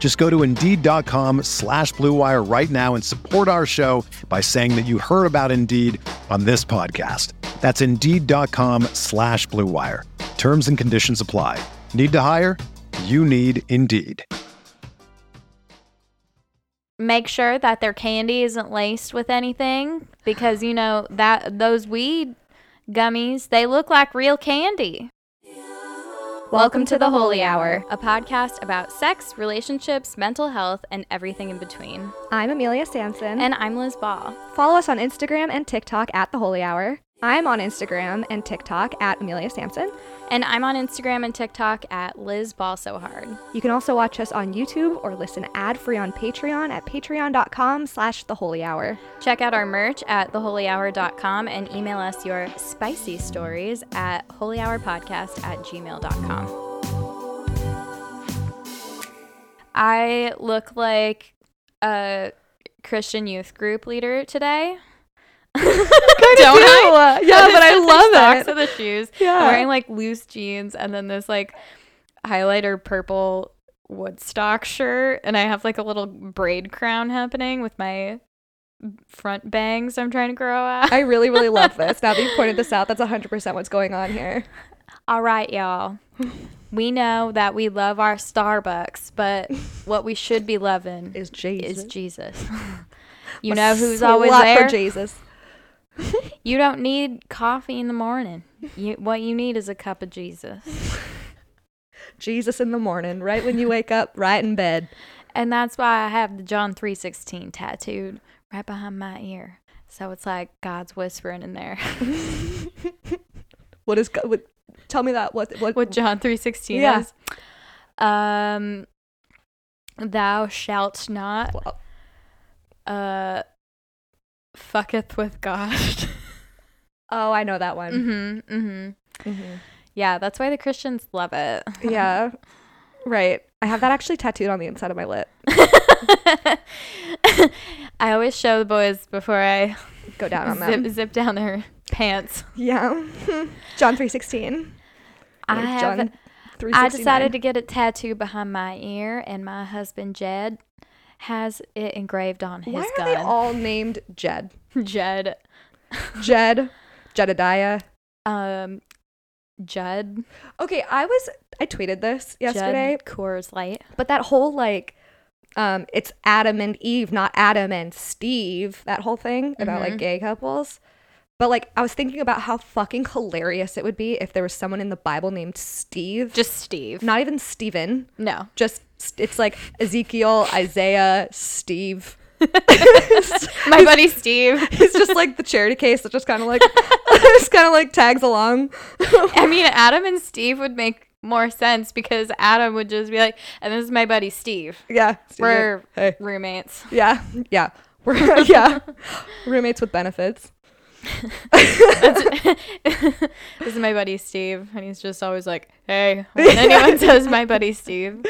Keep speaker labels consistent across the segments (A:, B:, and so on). A: Just go to Indeed.com slash BlueWire right now and support our show by saying that you heard about Indeed on this podcast. That's Indeed.com slash BlueWire. Terms and conditions apply. Need to hire? You need Indeed.
B: make sure that their candy isn't laced with anything because you know that those weed gummies they look like real candy welcome to the holy hour a podcast about sex relationships mental health and everything in between
C: I'm Amelia Sanson.
B: and i'm liz ball
C: follow us on Instagram and TikTok at The Holy Hour. I'm on Instagram and TikTok at Amelia Sampson.
B: and i'm on instagram and tiktok at liz ball so hard
C: You can also watch us on YouTube or listen ad-free on Patreon at patreon.com slash The Holy Hour.
B: check out our merch at theholyhour.com and email us your spicy stories at holyhourpodcast at gmail.com I look like a Christian youth group leader today. Don't I?
C: do. Yeah, but I
B: The
C: love
B: socks
C: it.
B: and the shoes.
C: Yeah.
B: I'm wearing like loose jeans and then this like highlighter purple Woodstock shirt, and I have like a little braid crown happening with my front bangs I'm trying to grow out.
C: I really, really love this. Now that you've pointed this out, that's 100% what's going on here.
B: All right, y'all. We know that we love our Starbucks, but what we should be loving is,
C: Is Jesus.
B: Jesus. you know who's always there.
C: for Jesus.
B: you don't need coffee in the morning. You, what you need is a cup of Jesus.
C: Jesus in the morning, right when you wake up, right in bed.
B: And that's why I have the John 3:16 tattooed right behind my ear. So it's like God's whispering in there.
C: What is, God- what, tell me that, what, what,
B: what John 3:16
C: Yeah.
B: is. Um thou shalt not
C: Well,
B: uh fucketh with God.
C: oh, I know that one.
B: mhm. Mhm. Yeah, that's why the Christians love it.
C: Yeah. Right. I have that actually tattooed on the inside of my lip.
B: I always show the boys before I
C: Go down on them.
B: zip, zip down their pants.
C: Yeah. John 316.
B: I
C: Or
B: have
C: John
B: I
C: 369.
B: decided to get a tattoo behind my ear, and my husband Jed has it engraved on his
C: Why are
B: gun.
C: they all named Jed?
B: Jed,
C: Jed, Jedediah.
B: um, Judd,
C: Okay, I was I tweeted this yesterday,
B: Judd Coors Light.
C: but that whole like um it's Adam and Eve, not Adam and Steve, that whole thing about
B: Mm-hmm.
C: like gay couples. But like I was thinking about how fucking hilarious it would be if there was someone in the Bible named Steve.
B: Just Steve.
C: not even Steven.
B: no,
C: just it's like Ezekiel, Isaiah, Steve.
B: my buddy Steve.
C: It's just like the charity case that just kind of like just kind of like tags along.
B: I mean, Adam and Steve would make more sense because Adam would just be like, "And this is my buddy Steve.
C: yeah, Steve,
B: We're
C: hey.
B: roommates."
C: yeah, yeah, we're yeah roommates with benefits.
B: This is my buddy Steve, and he's just always like, "Hey," when anyone says "my buddy Steve."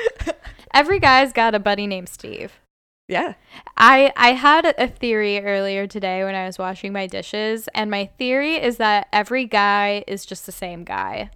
B: Every guy's got a buddy named Steve.
C: Yeah,
B: I I had a theory earlier today when I was washing my dishes, and my theory is that every guy is just the same guy.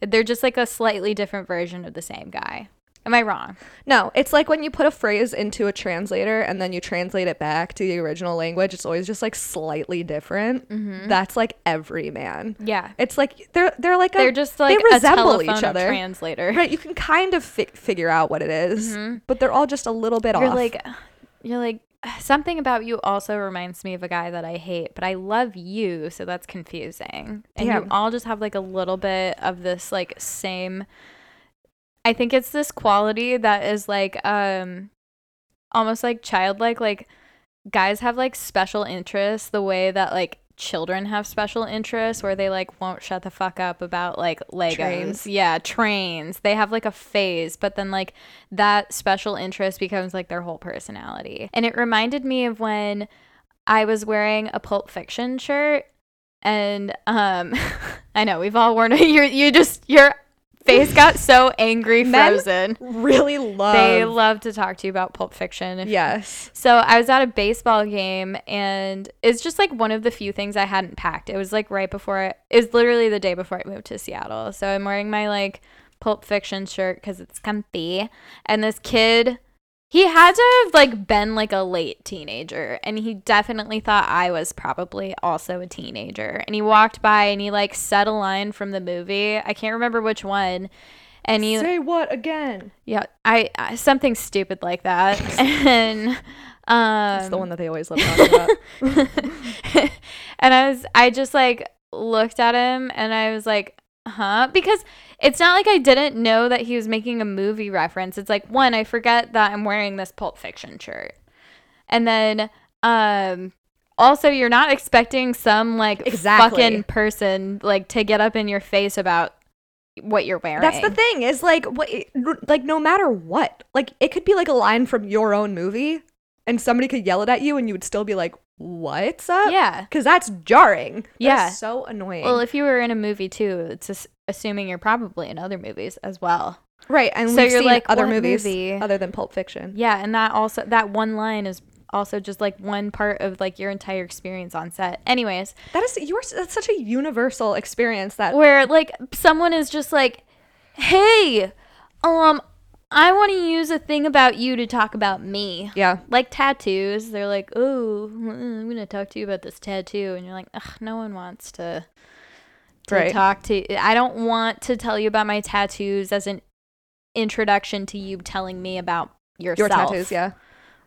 B: They're just like a slightly different version of the same guy. Am I wrong?
C: no, it's like when you put a phrase into a translator and then you translate it back to the original language. It's always just like slightly different. That's like every man.
B: Mm-hmm. Yeah.
C: It's like they're they're like a,
B: They're just like
C: they
B: a
C: resemble
B: telephone
C: each other.
B: translator.
C: Right, you can kind of fi- figure out what it is, but they're all just a little bit
B: Mm-hmm. You're
C: off.
B: like you're like something about you also reminds me of a guy that I hate, but I love you, so that's confusing. And
C: Yeah.
B: you all just have like a little bit of this like same I think it's this quality that is like um almost like childlike like guys have like special interests the way that like children have special interests where they like won't shut the fuck up about like Legos.
C: Trains.
B: Yeah, trains. They have like a phase, but then like that special interest becomes like their whole personality. And it reminded me of when I was wearing a Pulp Fiction shirt and um I know we've all worn it. You you just your face got so angry
C: Men
B: frozen.
C: Really love.
B: They love to talk to you about Pulp Fiction. If
C: yes.
B: so I was at a baseball game, and it's just like one of the few things I hadn't packed. It was like right before, I, it was literally the day before I moved to Seattle. So I'm wearing my like Pulp Fiction shirt because it's comfy. And this kid, he had to have like been like a late teenager, and he definitely thought I was probably also a teenager. And he walked by and he like said a line from the movie. I can't remember which one. And he
C: Say what again?
B: yeah, I, I something stupid like that, and um,
C: That's the one that they always love talking about.
B: and I was, I just like looked at him, and I was like, huh, because it's not like I didn't know that he was making a movie reference. It's like one, I forget that I'm wearing this Pulp Fiction shirt, and then um. Also, you're not expecting some like
C: Exactly.
B: fucking person like to get up in your face about what you're wearing.
C: That's the thing is like what like no matter what like it could be like a line from your own movie and somebody could yell it at you and you would still be like what's up
B: Yeah.
C: because that's jarring That is
B: Yeah.
C: so annoying
B: Well, if you were in a movie too, it's as- assuming you're probably in other movies as well.
C: right and
B: so
C: we've
B: you're
C: seen
B: like,
C: other
B: what
C: movies
B: movie?
C: other than Pulp Fiction
B: Yeah, and that also that one line is also just like one part of like your entire experience on set. Anyways,
C: that is yours that's such a universal experience that
B: where like someone is just like, "Hey, um I want to use a thing about you to talk about me."
C: yeah
B: Like tattoos, they're like, "Oh, I'm going to talk to you about this tattoo." And you're like, "Ugh, no one wants to to
C: right
B: talk to I don't want to tell you about my tattoos as an introduction to you telling me about yourself
C: your tattoos yeah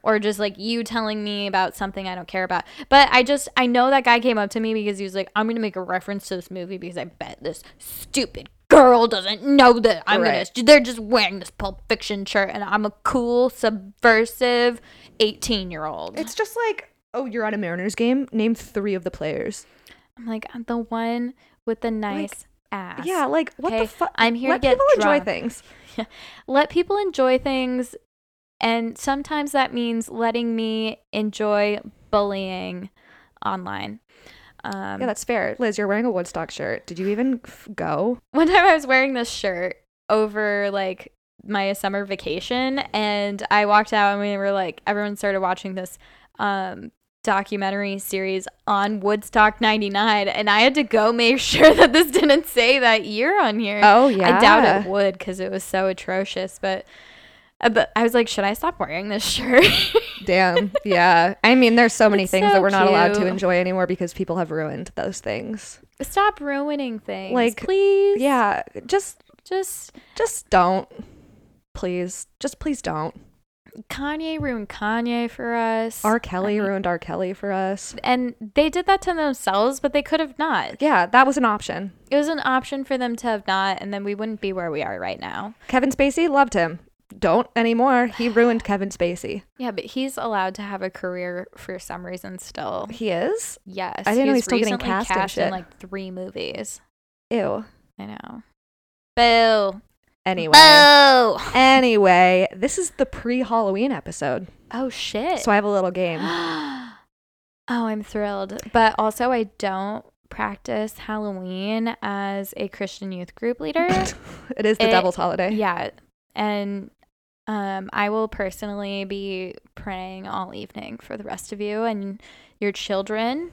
B: or just like you telling me about something I don't care about. But I just I know that guy came up to me because he was like I'm going to make a reference to this movie because I bet this stupid girl doesn't know that I'm
C: Right.
B: going to they're just wearing this pulp fiction shirt and I'm a cool subversive 18-year-old.
C: it's just like oh you're at a Mariners game name three of the players
B: I'm like I'm the one with the nice ass.
C: yeah like what
B: Okay,
C: the fuck
B: I'm here to
C: let
B: get
C: people enjoy
B: drunk.
C: things
B: let people enjoy things and sometimes that means letting me enjoy bullying online um,
C: yeah that's fair Liz you're wearing a Woodstock shirt did you even f- go
B: one time i was wearing this shirt over like my summer vacation and i walked out and we were like everyone started watching this um, documentary series on woodstock 99 and i had to go make sure that this didn't say that year on here
C: Oh yeah,
B: I doubt it would because it was so atrocious. But, uh, but I was like, should I stop wearing this shirt?
C: Damn, yeah. I mean, there's so many
B: It's
C: things
B: so
C: that we're not allowed to
B: cute.
C: enjoy anymore because people have ruined those things.
B: stop ruining things,
C: Like,
B: like please.
C: Yeah, just
B: just
C: just don't, please. Just please don't.
B: Kanye ruined Kanye for us.
C: R. Kelly ruined R. Kelly for us.
B: and they did that to themselves, but they could have not.
C: Yeah, that was an option.
B: It was an option for them to have not, and then we wouldn't be where we are right now.
C: Kevin Spacey loved him. Don't anymore. He ruined Kevin Spacey.
B: Yeah, but he's allowed to have a career for some reason still.
C: He is.
B: Yes,
C: I didn't know
B: was
C: he's still getting
B: recently
C: cast and shit.
B: in like three movies.
C: Ew.
B: I know. Boo.
C: Anyway.
B: Boo.
C: Anyway, this is the pre-Halloween episode,
B: Oh shit.
C: so I have a little game.
B: oh, I'm thrilled. But also I don't practice Halloween as a Christian youth group leader.
C: It is the
B: It-
C: Devil's Holiday.
B: yeah. And um I will personally be praying all evening for the rest of you and your children.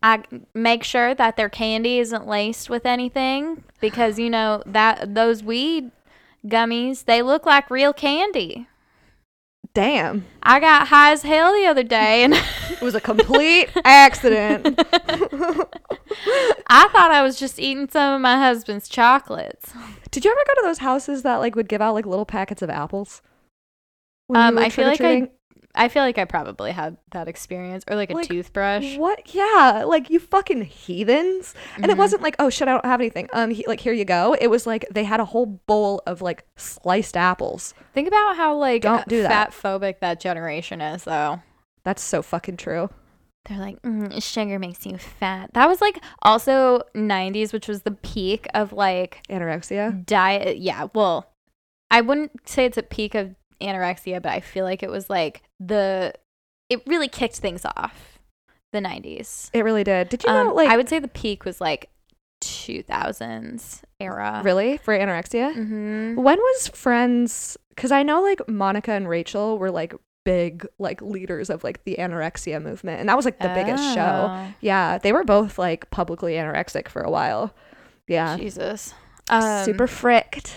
B: I make sure that their candy isn't laced with anything because you know that those weed gummies, they look like real candy.
C: Damn.
B: I got high as hell the other day and
C: It was a complete accident.
B: I thought I was just eating some of my husband's chocolates.
C: Did you ever go to those houses that like would give out like little packets of apples? When you
B: Um,
C: were
B: I feel like I
C: trick-or-treating?
B: I feel like I probably had that experience or like a
C: Like,
B: toothbrush.
C: What? Yeah, like you fucking heathens. And it
B: Mm-hmm.
C: wasn't like, oh shit, I don't have anything. Um, he, like here you go. It was like they had a whole bowl of like sliced apples.
B: Think about how like
C: Don't do
B: fat
C: that.
B: phobic that generation is though.
C: That's so fucking true.
B: They're like, mm, sugar makes you fat. That was like also 90s, which was the peak of like
C: Anorexia.
B: diet. Yeah, well, I wouldn't say it's a peak of anorexia, but I feel like it was like the, it really kicked things off the 90s.
C: It really did. Did you know?
B: Um,
C: Like,
B: I would say the peak was like 2000s era.
C: really for anorexia.
B: hmm
C: When was Friends? Because I know like Monica and Rachel were like big like leaders of like the anorexia movement, and that was like the biggest show. Yeah, they were both like publicly anorexic for a while. Yeah,
B: Jesus. Um,
C: super fricked.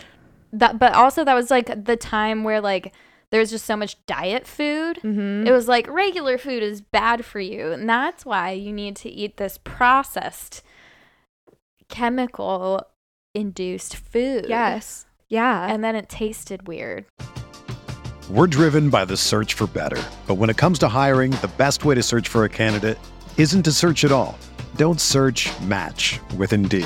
B: that but also that was like the time where like there's just so much diet food
C: Mm-hmm.
B: it was like regular food is bad for you and that's why you need to eat this processed chemical induced food
C: Yes. Yeah.
B: and then it tasted weird
A: We're driven by the search for better. But when it comes to hiring, the best way to search for a candidate isn't to search at all. Don't search match with Indeed.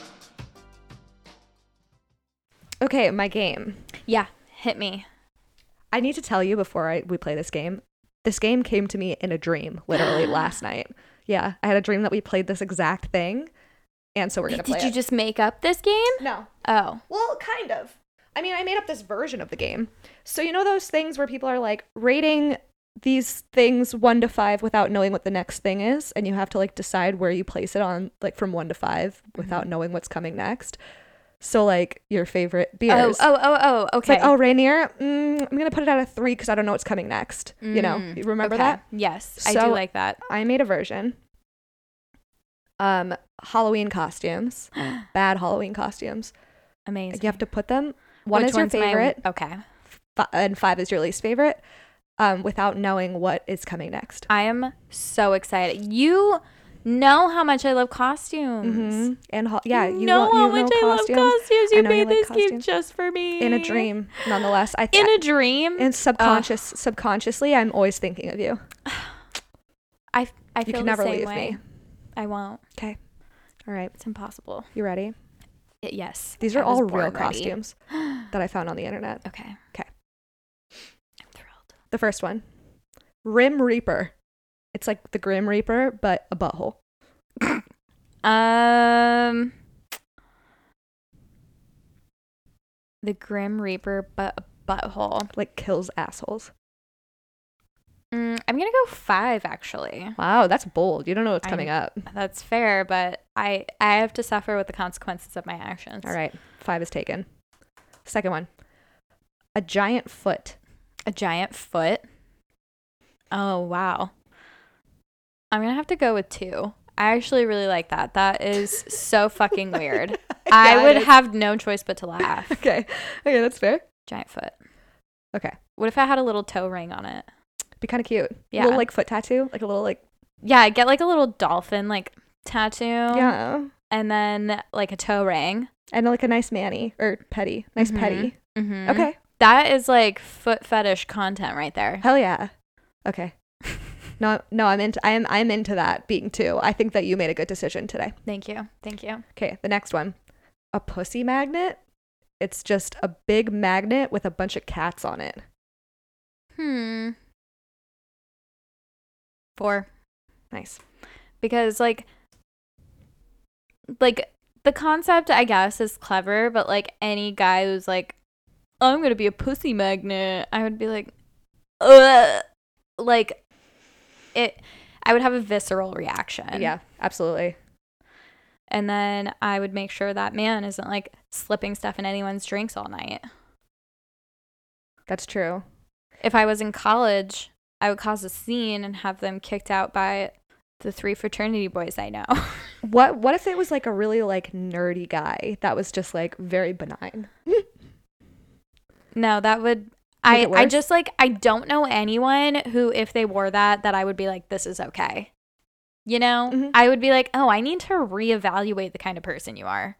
C: okay, my game.
B: yeah hit me
C: I need to tell you before I, we play this game. This game came to me in a dream, literally last night. Yeah, I had a dream that we played this exact thing, and so we're gonna
B: did
C: play
B: you
C: it.
B: just make up this game
C: no,
B: oh
C: well, kind of. I mean, I made up this version of the game. So you know those things where people are like rating these things one to five without knowing what the next thing is, and you have to like decide where you place it on, like from one to five,
B: Mm-hmm.
C: without knowing what's coming next. So like your favorite beers.
B: oh oh oh oh
C: It's
B: okay
C: like, oh, Rainier, mm, I'm going to put it at a three because I don't know what's coming next. You know,
B: Mm,
C: you remember
B: okay.
C: that?
B: yes i do
C: So-
B: like that
C: I made a version. Um, Halloween costumes, bad Halloween costumes.
B: amazing
C: You have to put them. One
B: Which
C: is your
B: one's my-
C: favorite,
B: okay
C: fi- and five is your least favorite, um, without knowing what is coming next. Um,
B: I am so excited. You know how much I love costumes.
C: Mhm. And ho- yeah,
B: You
C: you
B: Mm-hmm. know
C: lo-
B: how
C: you
B: much
C: know
B: I
C: costumes.
B: love costumes.
C: I
B: You
C: know you
B: made
C: like
B: this game
C: costumes.
B: just for me.
C: in a dream, nonetheless. I
B: In a dream.
C: and subconscious, subconsciously, I'm always thinking of you.
B: I I feel
C: You can
B: the
C: never
B: same
C: leave
B: way.
C: me.
B: I won't.
C: Okay. All right.
B: It's impossible.
C: You ready?
B: It- yes.
C: These
B: I
C: are
B: was
C: all
B: born
C: real
B: ready.
C: costumes that I found on the internet.
B: Okay.
C: Okay.
B: I'm thrilled.
C: The first one Rim Reaper. It's like the Grim Reaper, but a butthole.
B: Um The Grim Reaper but butthole.
C: Like kills assholes.
B: Mm, I'm gonna go five actually.
C: Wow, that's bold. You don't know what's
B: I'm-
C: coming up.
B: That's fair, but I I have to suffer with the consequences of my actions.
C: All right. Five is taken. Second one A giant foot.
B: A giant foot. Oh wow. I'm gonna have to go with two. I actually really like that. That is so fucking weird. I
C: Yeah, it
B: would
C: is.
B: have no choice but to laugh.
C: Okay. Okay, that's fair.
B: Giant foot.
C: Okay.
B: What if I had a little toe ring on it?
C: Be kind of cute.
B: Yeah.
C: Little like foot tattoo. Like a little like,
B: Yeah, I get like a little dolphin like tattoo.
C: Oh. yeah.
B: And then like a toe ring.
C: And like a nice manny or petty. Nice
B: Mhm.
C: petty.
B: hmm
C: Mm-hmm. Okay.
B: That is like foot fetish content right there.
C: Hell yeah. Okay. No, no, I'm into I'm I'm into that being two. I think that you made a good decision today.
B: Thank you. Thank you.
C: Okay, the next one. A pussy magnet. It's just a big magnet with a bunch of cats on it.
B: Hmm. Four.
C: Nice.
B: because like like the concept i guess is clever but like any guy who's like oh, i'm gonna be a pussy magnet i would be like Ugh. like it i would have a visceral reaction
C: yeah, absolutely.
B: and then i would make sure that man isn't like slipping stuff in anyone's drinks all night
C: That's true.
B: if i was in college i would cause a scene and have them kicked out by the three fraternity boys i know
C: What what if it was like a really like nerdy guy that was just like very benign?
B: No, that would
C: Make
B: I
C: it
B: I
C: worse?
B: just like I don't know anyone who if they wore that that I would be like this is okay. You know?
C: Mhm.
B: I would be like, "Oh, I need to reevaluate the kind of person you are."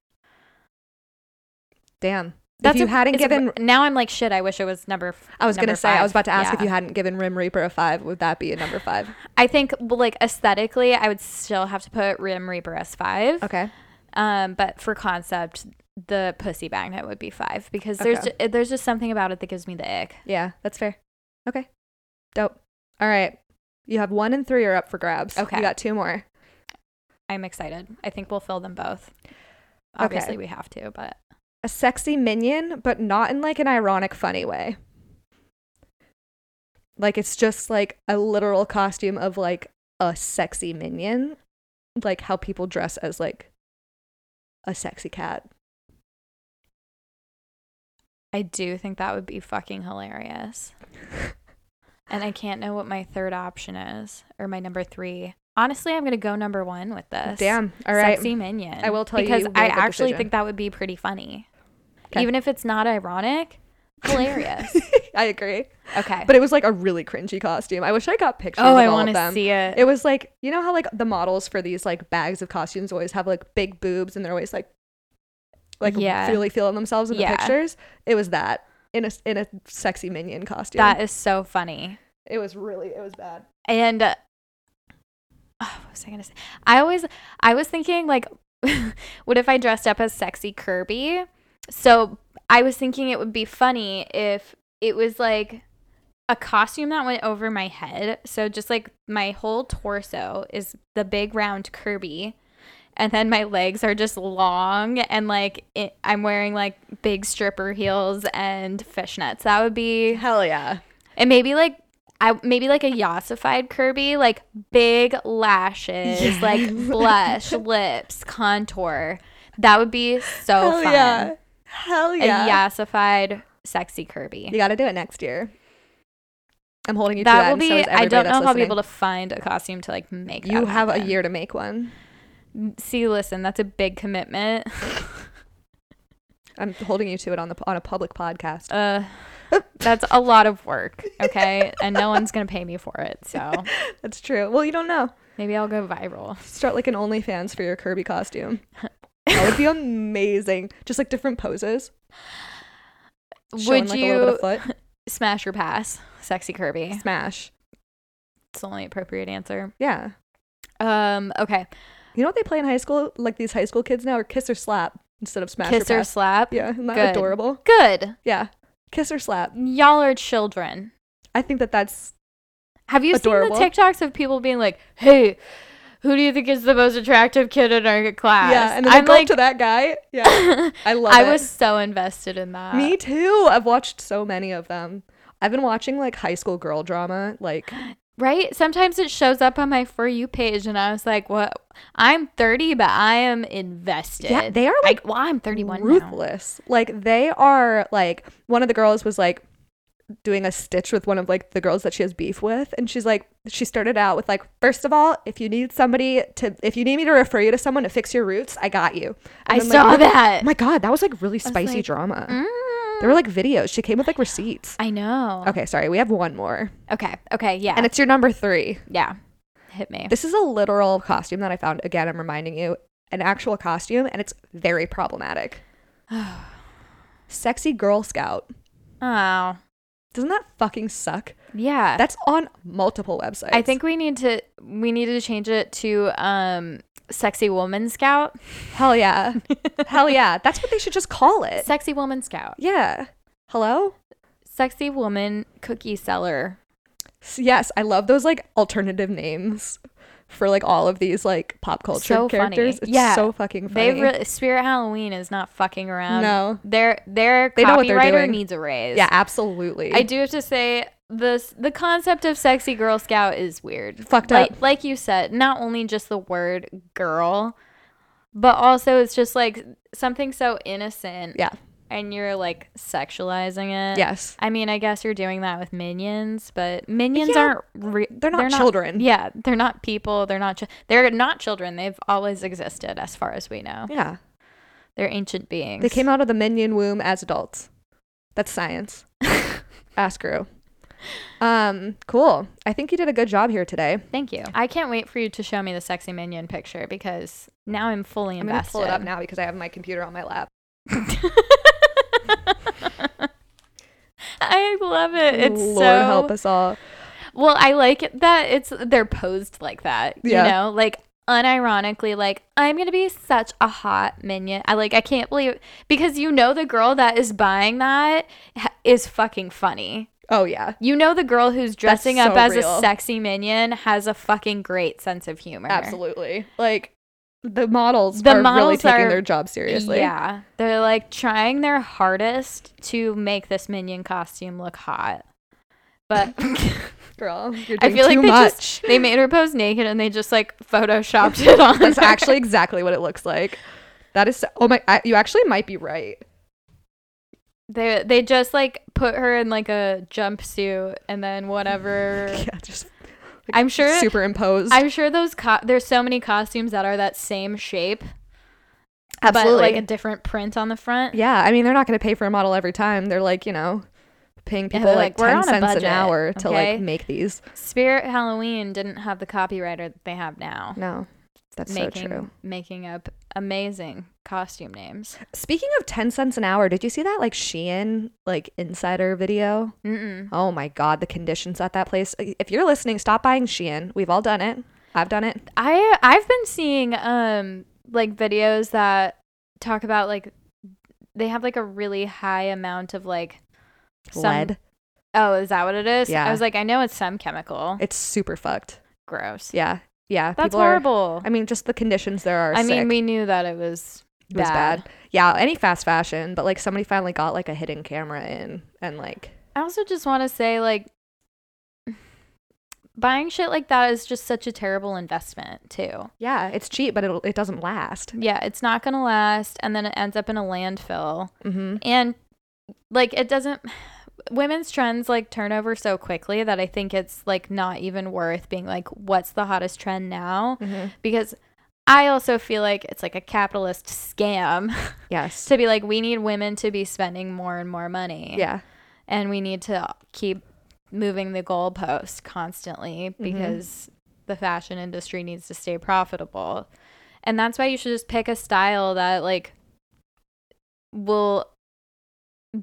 C: Damn.
B: That's
C: if you
B: a-
C: hadn't
B: it's a-
C: given
B: now I'm like, "Shit, I wish it was number f-
C: I was going
B: number
C: to say I was
B: five."
C: about to ask if
B: Yeah.
C: you hadn't given Rim Reaper a 5, would that be a number 5?
B: I think well, like aesthetically, I would still have to put Rim Reaper as 5.
C: Okay.
B: Um, but for concept, the pussy magnet would be 5 because there's
C: Okay.
B: ju- there's just something about it that gives me the ick.
C: Yeah, that's fair. Okay. Dope. All right. You have 1 and 3 are up for grabs.
B: Okay.
C: You got two more.
B: I'm excited. I think we'll fill them both. Obviously, we have to, but
C: A sexy minion, but not in like an ironic funny way. Like it's just like a literal costume of like a sexy minion, like how people dress as like a sexy cat.
B: I do think that would be fucking hilarious. and I can't know what my third option is or my number three. Honestly, I'm gonna go number one with this.
C: Damn. All right.
B: Sexy minion.
C: I will tell you,
B: because
C: you made
B: I
C: a good
B: actually
C: decision.
B: think that would be pretty funny,
C: 'Kay.
B: even if it's not ironic. Hilarious.
C: I agree.
B: okay.
C: But it was like a really cringy costume. I wish I got pictures
B: oh,
C: of
B: I
C: all
B: want
C: of
B: to
C: them.
B: see it.
C: It was like you know how like the models for these like bags of costumes always have like big boobs and they're always like like
B: Yeah.
C: really feeling themselves in
B: Yeah.
C: the pictures. It was that in a in a sexy minion costume.
B: That is so funny.
C: it was really it was bad.
B: And uh, oh, what was I gonna say? I always I was thinking like, what if I dressed up as sexy Kirby? So I was thinking it would be funny if it was like a costume that went over my head. So just like my whole torso is the big round Kirby. And then my legs are just long, and like it, I'm wearing like big stripper heels and fishnets. That would be
C: Hell yeah.
B: and maybe like I maybe like a yassified Kirby, like big lashes,
C: Yes.
B: like blush, lips, contour. That would be so
C: Hell
B: fun. Uh,
C: yeah. Hell yeah.
B: A yassified sexy Kirby.
C: You got to do it next year. I'm holding you to
B: that
C: that.
B: will
C: and so
B: be
C: is
B: I
C: everybody
B: don't know
C: that's
B: how I'll be
C: listening.
B: able to find a costume to like make
C: You
B: that
C: have a
B: happen.
C: year to make one.
B: See, listen, that's a big commitment.
C: I'm holding you to it on the on a public podcast.
B: uh that's a lot of work, okay? and no one's going to pay me for it. So,
C: That's true. Well, you don't know.
B: maybe I'll go viral.
C: Start like an OnlyFans for your Kirby costume. That would be amazing. Just like different poses. Showing,
B: Would
C: like, a
B: you
C: little bit of foot.
B: smash or pass sexy Kirby?
C: Smash.
B: It's the only appropriate answer.
C: Yeah.
B: Um, okay.
C: You know what they play in high school? Like these high school kids now are kiss or slap instead of smash
B: Kiss
C: or
B: or
C: pass.
B: slap.
C: yeah, isn't that
B: Good.
C: adorable?
B: Good.
C: Yeah. Kiss or slap.
B: Y'all are children.
C: I think that that's
B: Have you
C: Adorable.
B: seen the TikToks of people being like, "Hey, who do you think is the most attractive kid in our class?"
C: yeah, and then they
B: I'm
C: go
B: like,
C: up to that guy. Yeah, I love
B: I
C: it.
B: was uh, so invested in that.
C: Me too. I've watched so many of them. I've been watching like high school girl drama. Like
B: Right? Sometimes it shows up on my for you page, and I was like, "What? I'm 30, but I am invested."
C: yeah, they are like
B: like, well, I'm 31 now.
C: ruthless. Like they are like one of the girls was like doing a stitch with one of like the girls that she has beef with and she's like she started out with like first of all if you need somebody to if you need me to refer you to someone to fix your roots I got you.
B: I
C: then, like,
B: saw
C: look-
B: that.
C: Oh my god, that was like really spicy
B: like,
C: drama.
B: Mm.
C: There were like videos. She came with like receipts.
B: I know.
C: Okay, sorry. We have one more.
B: Okay. Okay. Yeah.
C: And it's your number 3.
B: yeah. Hit me.
C: This is a literal costume that I found again I'm reminding you an actual costume and it's very problematic. Sexy Girl Scout.
B: Oh,
C: Doesn't that fucking suck?
B: yeah.
C: That's on multiple websites.
B: I think we need to we need to change it to um sexy woman scout.
C: hell yeah, hell yeah. That's what they should just call it.
B: Sexy woman scout.
C: yeah. Hello.
B: Sexy woman cookie seller.
C: S- Yes, I love those like alternative names for like all of these like pop culture
B: So funny.
C: characters. It's
B: Yeah.
C: so fucking funny.
B: They re- Spirit Halloween is not fucking around.
C: No.
B: their their
C: They know what they're
B: copywriter
C: doing.
B: needs a raise.
C: yeah, absolutely.
B: I do have to say this: the concept of sexy Girl Scout is weird,
C: Fucked
B: like,
C: up.
B: Like you said, not only just the word "girl," but also it's just like something so innocent.
C: Yeah.
B: and you're like sexualizing it.
C: Yes.
B: I mean, I guess you're doing that with minions, but minions
C: Yeah,
B: aren't. Re-
C: they're not children.
B: yeah, they're not people. They're not. Chi- they're not children. They've always existed, as far as we know.
C: Yeah.
B: They're ancient beings.
C: They came out of the minion womb as adults. That's science. Ask Rue. Um, cool. I think you did a good job here today.
B: Thank you. I can't wait for you to show me the sexy minion picture because now I'm fully
C: I'm gonna
B: invested.
C: pull it up now because I have my computer on my lap.
B: I love it. It's
C: Lord
B: so
C: help us all.
B: well. I like it that it's they're posed like that.
C: Yeah.
B: You know, like unironically, like I'm gonna be such a hot minion. I like. I can't believe because you know the girl that is buying that ha- is fucking funny.
C: Oh yeah.
B: You know the girl who's dressing up
C: so
B: as
C: real.
B: a sexy minion has a fucking great sense of humor.
C: Absolutely. Like the models
B: The
C: are really
B: models
C: taking
B: are-
C: their job seriously.
B: Yeah. They're like trying their hardest to make this minion costume look hot. But
C: Girl, you're doing
B: I feel like
C: too
B: they
C: much.
B: just they made her pose naked and they just like photoshopped it on.
C: That's
B: her.
C: actually exactly what it looks like. That is so- oh my I, you actually might be right.
B: they they just like put her in like a jumpsuit and then whatever.
C: Yeah, just like,
B: I'm sure
C: superimposed.
B: I'm sure those co- there's so many costumes that are that same shape but like a different print on the front.
C: yeah, I mean they're not going to pay for a model every time. They're like, you know, paying
B: Yeah,
C: people
B: they're
C: like,
B: like, "We're
C: 10
B: on a
C: cents
B: budget,
C: an hour to
B: okay?"
C: like make these.
B: Spirit Halloween didn't have the copywriter that they have now.
C: No. That's
B: making
C: so true.
B: making up amazing costume names.
C: Speaking of 10 cents an hour, did you see that like Shein like insider video?
B: Mm-mm.
C: Oh my god, the conditions at that place. If you're listening, stop buying Shein. We've all done it. I've done it.
B: I I've been seeing um like videos that talk about like they have like a really high amount of like some-
C: Lead.
B: Oh, is that what it is?
C: Yeah.
B: I was like, I know it's some chemical.
C: It's super fucked.
B: Gross.
C: Yeah. Yeah.
B: That's
C: people are-
B: horrible.
C: I mean, just the conditions there are.
B: I mean,
C: sick.
B: we knew that it was
C: it was bad. Yeah, any fast fashion, but like somebody finally got like a hidden camera in and like
B: I also just want to say like buying shit like that is just such a terrible investment too.
C: yeah, it's cheap, but it it doesn't last.
B: Yeah, it's not going to last and then it ends up in a landfill.
C: Mm-hmm.
B: And like it doesn't women's trends like turn over so quickly that I think it's like not even worth being like what's the hottest trend now because I also feel like it's like a capitalist scam
C: Yes.
B: to be like we need women to be spending more and more money
C: yeah.
B: and we need to keep moving the goalpost constantly because the fashion industry needs to stay profitable. And that's why you should just pick a style that like will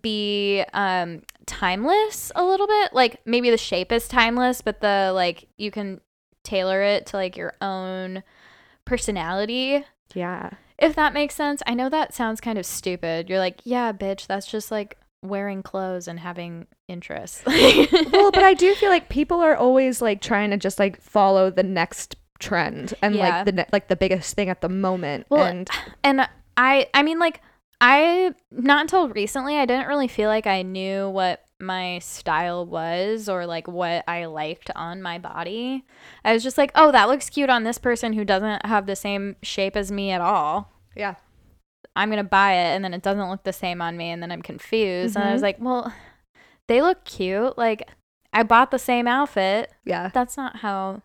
B: be um timeless a little bit. Like maybe the shape is timeless, but the like you can tailor it to like your own personality
C: Yeah.
B: if that makes sense. I know that sounds kind of stupid. You're like, yeah, bitch, that's just like wearing clothes and having interests.
C: well, but I do feel like people are always like trying to just like follow the next trend and
B: Yeah.
C: like the ne- like the biggest thing at the moment.
B: Well,
C: and
B: and I I mean like I not until recently I didn't really feel like I knew what my style was or like what I liked on my body. I was just like, "Oh, that looks cute on this person who doesn't have the same shape as me at all."
C: yeah,
B: I'm gonna buy it, and then it doesn't look the same on me, and then I'm confused. And I
C: Mm-hmm.
B: was like, well, they look cute. Like I bought the same outfit.
C: yeah,
B: That's not how.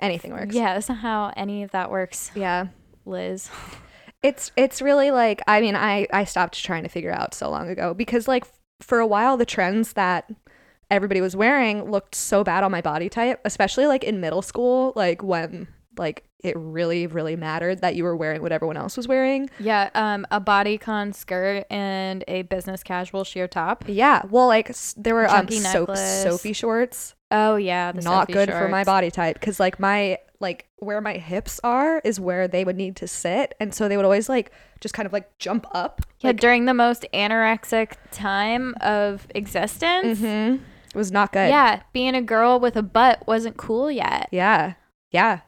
C: anything works.
B: Yeah, that's not how any of that works,
C: Yeah.
B: Liz.
C: It's it's really like I mean I I stopped trying to figure out so long ago because like f- for a while the trends that everybody was wearing looked so bad on my body type, especially like in middle school, like when like it really really mattered that you were wearing what everyone else was wearing.
B: Yeah, um, a bodycon skirt and a business casual sheer top.
C: Yeah, well like s- there were um
B: Chunky
C: so-
B: necklace.
C: Sophie shorts
B: Oh yeah, the
C: not
B: Sophie
C: good for my
B: shorts.
C: body type because like my like where my hips are is where they would need to sit and so they would always like just kind of like jump up
B: Yeah,
C: like
B: during the most anorexic time of existence.
C: Mm-hmm. mhm. it was not good
B: Yeah, being a girl with a butt wasn't cool yet.
C: yeah Yeah.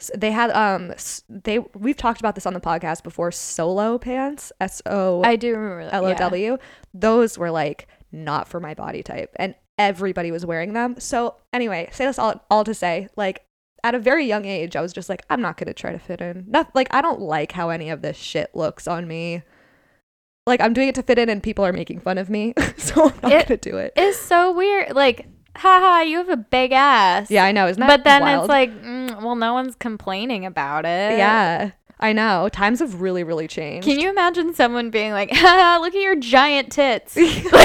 C: S they had um s- they we've talked about this on the podcast before solo pants S O
B: I do remember that.
C: L O W. Those were like not for my body type, and everybody was wearing them. So anyway, say this all all to say, like at a very young age, I was just like, I'm not gonna try to fit in. Not, like I don't like how any of this shit looks on me. Like I'm doing it to fit in, and people are making fun of me, so I'm not
B: It-
C: gonna do it.
B: Yeah. It's so weird. Like, haha, you have a big ass.
C: yeah, I know, isn't that?
B: But then
C: wild?
B: it's like, uh, mm, well, no one's complaining about it.
C: yeah, I know. Times have really, really changed.
B: Can you imagine someone being like, haha, look at your giant tits?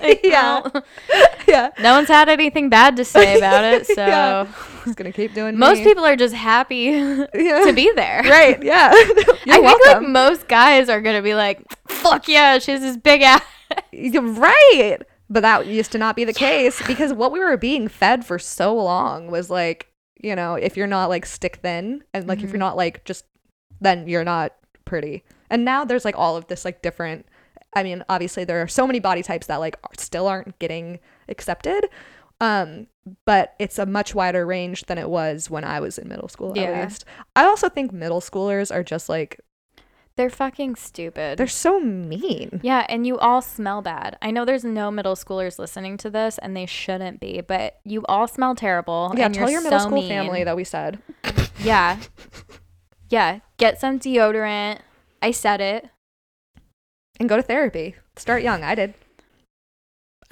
B: Like,
C: Yeah.
B: well,
C: yeah,
B: no one's had anything bad to say about it. So
C: Yeah. just gonna keep doing.
B: most
C: me.
B: people are just happy to
C: yeah.
B: be there.
C: right. Yeah,
B: I
C: you're
B: think
C: welcome.
B: like most guys are gonna be like, fuck yeah, she has this big ass.
C: You're right. But that used to not be the case because what we were being fed for so long was like, you know, if you're not like stick thin and like if you're not like just then you're not pretty. And now there's like all of this like different I mean, obviously there are so many body types that like are, still aren't getting accepted. Um but it's a much wider range than it was when I was in middle school
B: Yeah.
C: at least. I also think middle schoolers are just like
B: They're fucking stupid.
C: they're so mean.
B: yeah, and you all smell bad. I know there's no middle schoolers listening to this, and they shouldn't be, but you all smell terrible.
C: Yeah,
B: and
C: tell
B: you're
C: your middle
B: so
C: school
B: mean.
C: family that we said.
B: Yeah. Yeah. Get some deodorant. I said it.
C: and go to therapy. Start young. I did.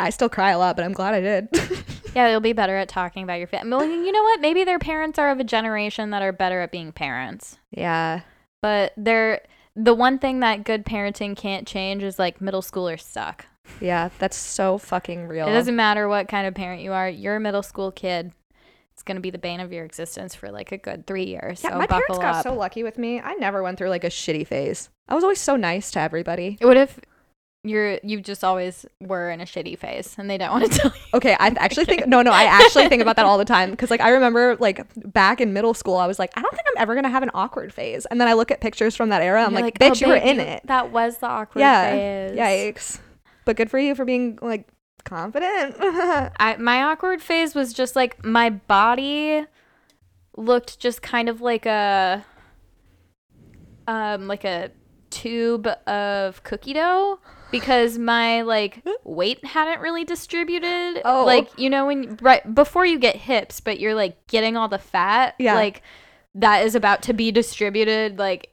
C: I still cry a lot, but I'm glad I did.
B: Yeah, you'll be better at talking about your family. Well, you know what? Maybe their parents are of a generation that are better at being parents.
C: yeah.
B: But they're the one thing that good parenting can't change is like middle schoolers suck.
C: Yeah. That's so fucking real.
B: It doesn't matter what kind of parent you are. You're a middle school kid. It's going to be the bane of your existence for like a good 3 years.
C: yeah,
B: so
C: my parents
B: buckle
C: got
B: up.
C: so lucky with me. I never went through like a shitty phase. I was always so nice to everybody.
B: what if you're you just always were in a shitty phase and they don't want to tell you?
C: Okay, I actually think no, no, I actually think about that all the time because like I remember like back in middle school, I was like, I don't think I'm ever gonna have an awkward phase, and then I look at pictures from that era, I'm
B: You're
C: like,
B: "Oh,
C: bitch, you were
B: babe,
C: in it.
B: That was the awkward
C: Yeah,
B: phase.
C: yikes. But good for you for being like confident.
B: I, my awkward phase was just like my body looked just kind of like a um like a tube of cookie dough because my like weight hadn't really distributed
C: Oh.
B: like you know when right before you get hips but you're like getting all the fat
C: Yeah.
B: like that is about to be distributed like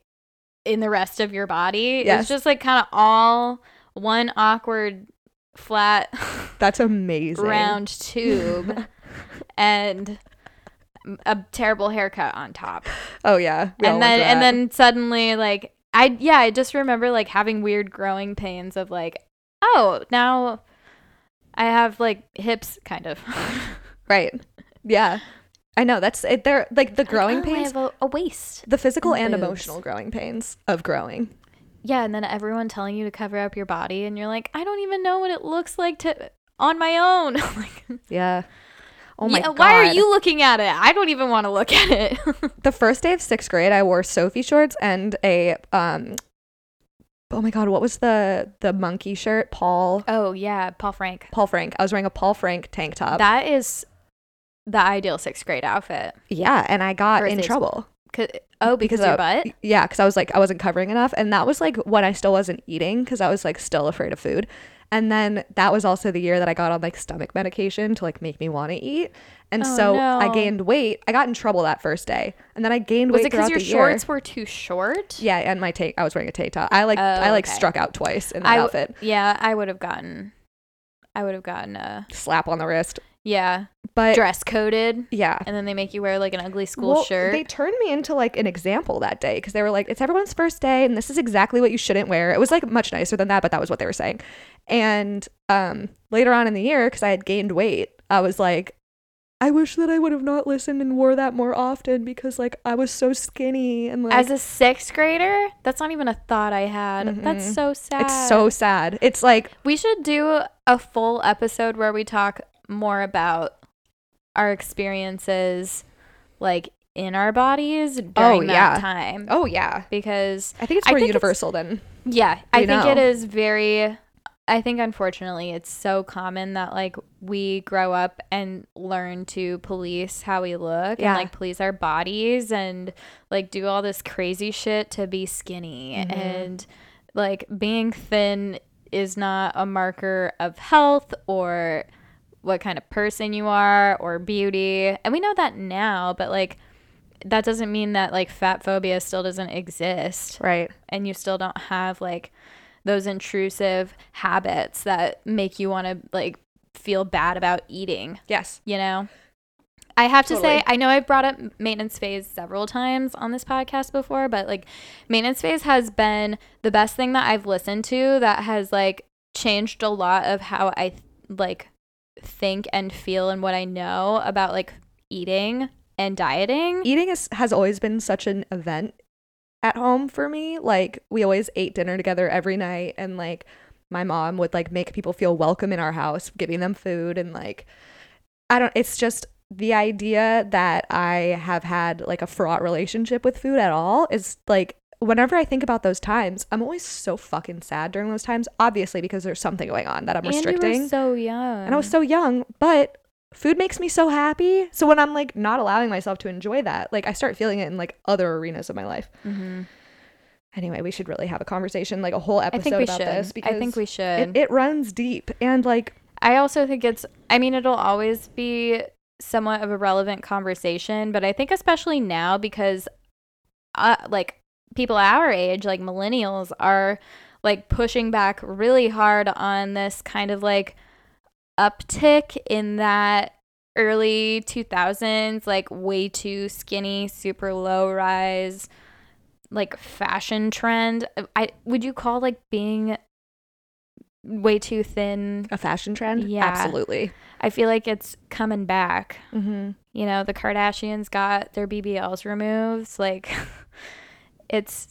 B: in the rest of your body
C: Yes.
B: it's just like kind of all one awkward flat
C: That's amazing.
B: round tube and a terrible haircut on top.
C: Oh yeah. we all
B: and
C: went
B: then
C: through
B: and
C: that.
B: then suddenly like I yeah, I just remember like having weird growing pains of like, oh, now I have like hips kind of.
C: Right. Yeah. I know. That's it. They're like the growing
B: Oh, I
C: pains,
B: have a, a waist.
C: the physical and
B: boobs.
C: emotional growing pains of growing.
B: Yeah, and then everyone telling you to cover up your body and you're like, I don't even know what it looks like to on my own. like,
C: Yeah. Oh my
B: yeah,
C: god.
B: why are you looking at it? I don't even want to look at it.
C: The first day of sixth grade, I wore Sophie shorts and a um. Oh my god, what was the the monkey shirt? Paul
B: oh yeah, Paul Frank.
C: Paul Frank. I was wearing a Paul Frank tank top.
B: That is the ideal sixth grade outfit.
C: yeah, and I got in
B: Birthdays.
C: trouble.
B: 'Cause- oh, because, your
C: I-
B: butt?
C: Yeah, because I was like I wasn't covering enough, and that was like when I still wasn't eating because I was like still afraid of food. And then that was also the year that I got on like stomach medication to like make me want to eat, and
B: Oh,
C: so I
B: no.
C: gained weight. I got in trouble that first day, and then I gained
B: Was
C: weight
B: it because
C: throughout
B: your
C: the year.
B: shorts were too short?
C: Yeah, and my tank. I was wearing a tank top. I like
B: Oh,
C: I like
B: okay.
C: struck out twice in that
B: I w-
C: outfit.
B: Yeah, I would have gotten. I would have gotten a
C: Slap on the wrist,
B: yeah
C: but
B: dress coded,
C: yeah.
B: and then they make you wear like an ugly school
C: Well,
B: shirt.
C: They turned me into like an example that day because they were like, it's everyone's first day and this is exactly what you shouldn't wear. It was like much nicer than that, but that was what they were saying. And um, later on in the year, because I had gained weight, I was like, I wish that I would have not listened and wore that more often because like I was so skinny and like
B: As a sixth grader, that's not even a thought I had. That's
C: Mhm.
B: so sad.
C: it's so sad. It's like
B: We should do a full episode where we talk more about our experiences, like in our bodies during
C: Oh,
B: that
C: yeah.
B: time.
C: oh yeah,
B: Because
C: I think it's
B: I
C: more
B: think it's-
C: universal than
B: yeah, I
C: You
B: think it
C: know.
B: is very. I think unfortunately it's so common that like we grow up and learn to police how we look
C: Yeah.
B: and like police our bodies and like do all this crazy shit to be skinny
C: Mm-hmm.
B: and like being thin is not a marker of health or what kind of person you are or beauty. And we know that now, but like that doesn't mean that like fat phobia still doesn't exist
C: Right.
B: and you still don't have like those intrusive habits that make you want to like feel bad about eating,
C: Yes.
B: you know? I have to
C: Totally.
B: say, I know I've brought up maintenance phase several times on this podcast before, but like maintenance phase has been the best thing that I've listened to that has like changed a lot of how I like think and feel and what I know about like eating and dieting.
C: Eating is, has always been such an event at home for me. Like we always ate dinner together every night and like my mom would like make people feel welcome in our house, giving them food and like I don't it's just the idea that I have had like a fraught relationship with food at all is like whenever I think about those times, I'm always so fucking sad during those times, obviously because there's something going on that I'm
B: And you were
C: restricting.
B: so young.
C: and I was so young, but food makes me so happy. So when I'm like not allowing myself to enjoy that, like I start feeling it in like other arenas of my life.
B: Mhm.
C: Anyway, we should really have a conversation, like a whole
B: I
C: episode
B: think we
C: about
B: should.
C: this because
B: I think we should.
C: it, it runs deep and like
B: I also think it's, I mean, it'll always be somewhat of a relevant conversation, but I think especially now because, uh, like, people our age, like millennials, are like pushing back really hard on this kind of like uptick in that early 2000s, like, way too skinny, super low rise, like, fashion trend. I would you call like being way too thin
C: a fashion trend.
B: Yeah.
C: absolutely.
B: I feel like it's coming back.
C: Mm-hmm.
B: You know, the Kardashians got their BBLs removed. Like it's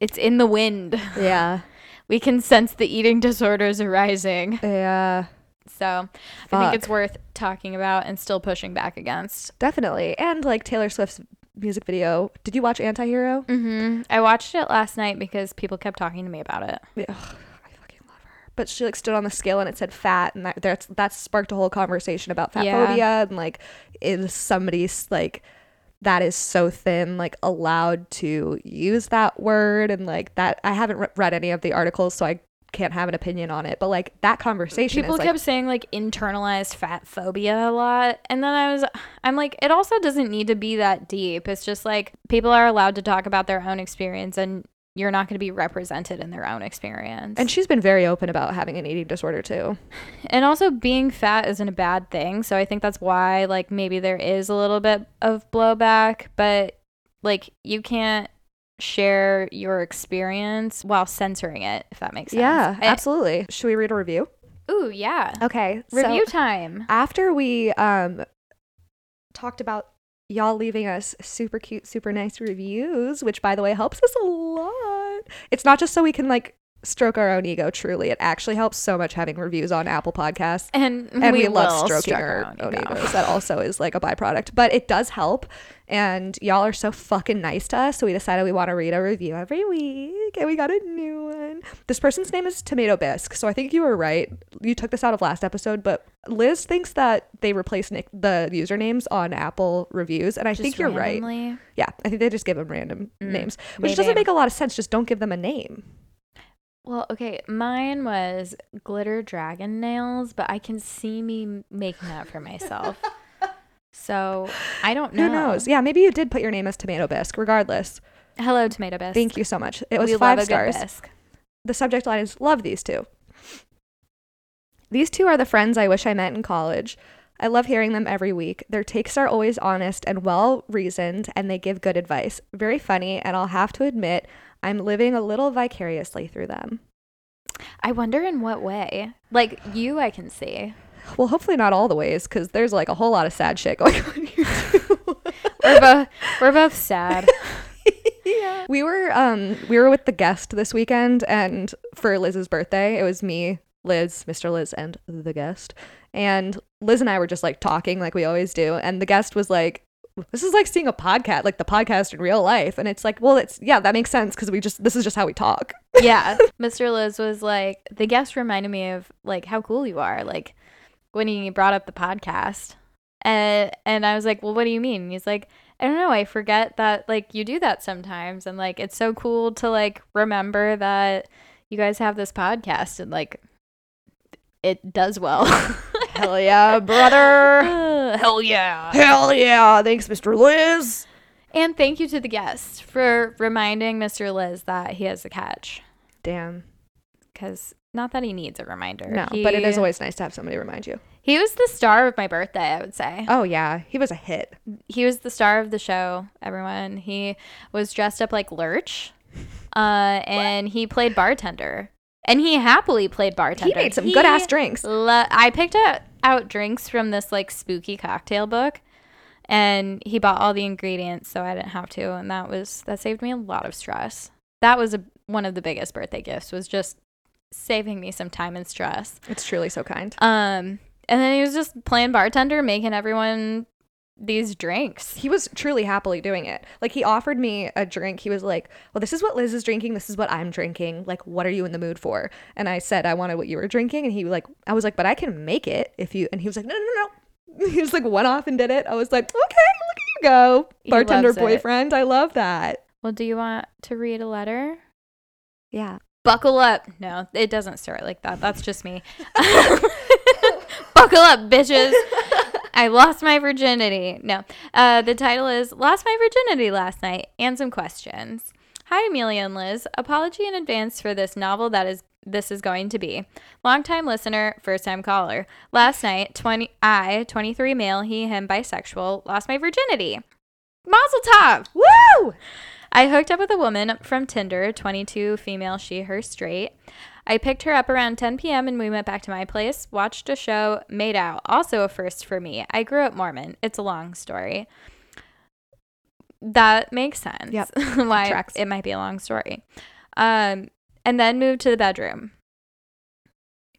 B: it's in the wind.
C: Yeah,
B: We can sense the eating disorders arising.
C: yeah,
B: So, I think it's
C: Fuck.
B: worth talking about and still pushing back against.
C: definitely. And like Taylor Swift's music video. Did you watch Antihero?
B: Mhm. I watched it last night because people kept talking to me about it.
C: Ugh, I fucking love her. But she like stood on the scale and it said fat, and that that's that sparked a whole conversation about fat
B: Yeah.
C: phobia and like is somebody's like that is so thin like allowed to use that word and like that I haven't re- read any of the articles so I can't have an opinion on it but like that conversation
B: People
C: is, like,
B: kept saying like internalized fat phobia a lot. And then I was, I'm like, it also doesn't need to be that deep. It's just like people are allowed to talk about their own experience and you're not going to be represented in their own experience.
C: and she's been very open about having an eating disorder too
B: and also being fat isn't a bad thing. So I think that's why like maybe there is a little bit of blowback, but like you can't share your experience while censoring it, if that makes sense.
C: yeah
B: I-
C: absolutely Eh. should we read a review
B: Ooh, yeah.
C: okay
B: Review time.
C: after we um talked about y'all leaving us super cute super nice reviews which by the way helps us a lot it's not just so we can like stroke our own ego truly it actually helps so much having reviews on apple podcasts
B: And,
C: and we,
B: will
C: love stroking
B: stroke
C: our own,
B: ego.
C: egos that also is like a byproduct but it does help and y'all are so fucking nice to us so we decided we want to read a review every week and we got a new one this person's name is tomato bisque so i think you were right you took this out of last episode but liz thinks that they replace nick the usernames on apple reviews and i think you're right
B: right.
C: yeah i think they just give them random names which doesn't
B: Mm, maybe.
C: make a lot of sense just don't give them a name
B: Well, okay, mine was glitter dragon nails, but I can see me m- making that for myself. so I don't know.
C: who knows yeah maybe you did put your name as tomato bisque regardless
B: Hello, tomato bisque.
C: thank you so much it was
B: we
C: five
B: love
C: stars
B: A good bisque.
C: the subject line is love these two. These two are the friends I wish I met in college. I love hearing them every week. Their takes are always honest and well reasoned, and they give good advice. Very funny, and I'll have to admit, I'm living a little vicariously through them.
B: I wonder in what way. Like you, I can see,
C: Well, hopefully not all the ways, because there's like a whole lot of sad shit going on here too.
B: we're both we're both sad.
C: we were um we were with the guest this weekend and for Liz's birthday it was me Liz Mr Liz and the guest and Liz and I were just like talking like we always do and the guest was like this is like seeing a podcast, like the podcast in real life. And it's like, well, it's, yeah, that makes sense because we just, this is just how we talk.
B: yeah. Mr. Liz was like, the guest reminded me of like how cool you are. Like when he brought up the podcast. And and I was like, Well, what do you mean? And he's like, I don't know, I forget that like you do that sometimes and like it's so cool to like remember that you guys have this podcast and like it does well.
C: Hell yeah, brother.
B: Hell yeah.
C: Hell yeah. Thanks, Mr. Liz.
B: And thank you to the guest for reminding Mr. Liz that he has a catch.
C: Damn.
B: Because not that he needs a reminder.
C: No, but it is
B: He-
C: always nice to have somebody remind you.
B: He was the star of my birthday, I would say.
C: Oh, yeah. He was a hit.
B: He was the star of the show, everyone. He was dressed up like Lurch, uh, and he played bartender. And he happily played bartender.
C: He made some good ass drinks.
B: lo- I picked up, out drinks from this like spooky cocktail book, and he bought all the ingredients, so I didn't have to. And that was that saved me a lot of stress. That was a, one of the biggest birthday gifts was just saving me some time and stress.
C: It's truly so kind.
B: Um, and then he was just playing bartender, making everyone these drinks.
C: He was truly happily doing it. Like, he offered me a drink. He was like, Well, this is what Liz is drinking. This is what I'm drinking. Like, what are you in the mood for? And I said, I wanted what you were drinking. And he, like, I was like, But I can make it if you. And he was like, No, no, no, no. He was like, went off and did it. I was like, Okay, look at you go.
B: He
C: Bartender
B: loves it.
C: boyfriend. I love that.
B: Well, do you want to read a letter?
C: Yeah.
B: Buckle up. No, it doesn't start like that. That's just me. Buckle up, bitches. I lost my virginity. No. Uh, the title is Lost My Virginity Last Night and Some Questions. Hi, Amelia and Liz. Apology in advance for this novel that is this is going to be. Longtime listener, first time caller. Last night, 20 I, 23 male, he, him, bisexual, lost my virginity. Mazel tov!
C: Woo!
B: I hooked up with a woman from Tinder, 22, female, she, her, straight. I picked her up around 10 p.m. and we went back to my place, watched a show, made out. Also a first for me. I grew up Mormon. It's a long story. That makes sense.
C: Yep.
B: Why
C: Tracks.
B: it might be a long story. Um, and then moved to the bedroom.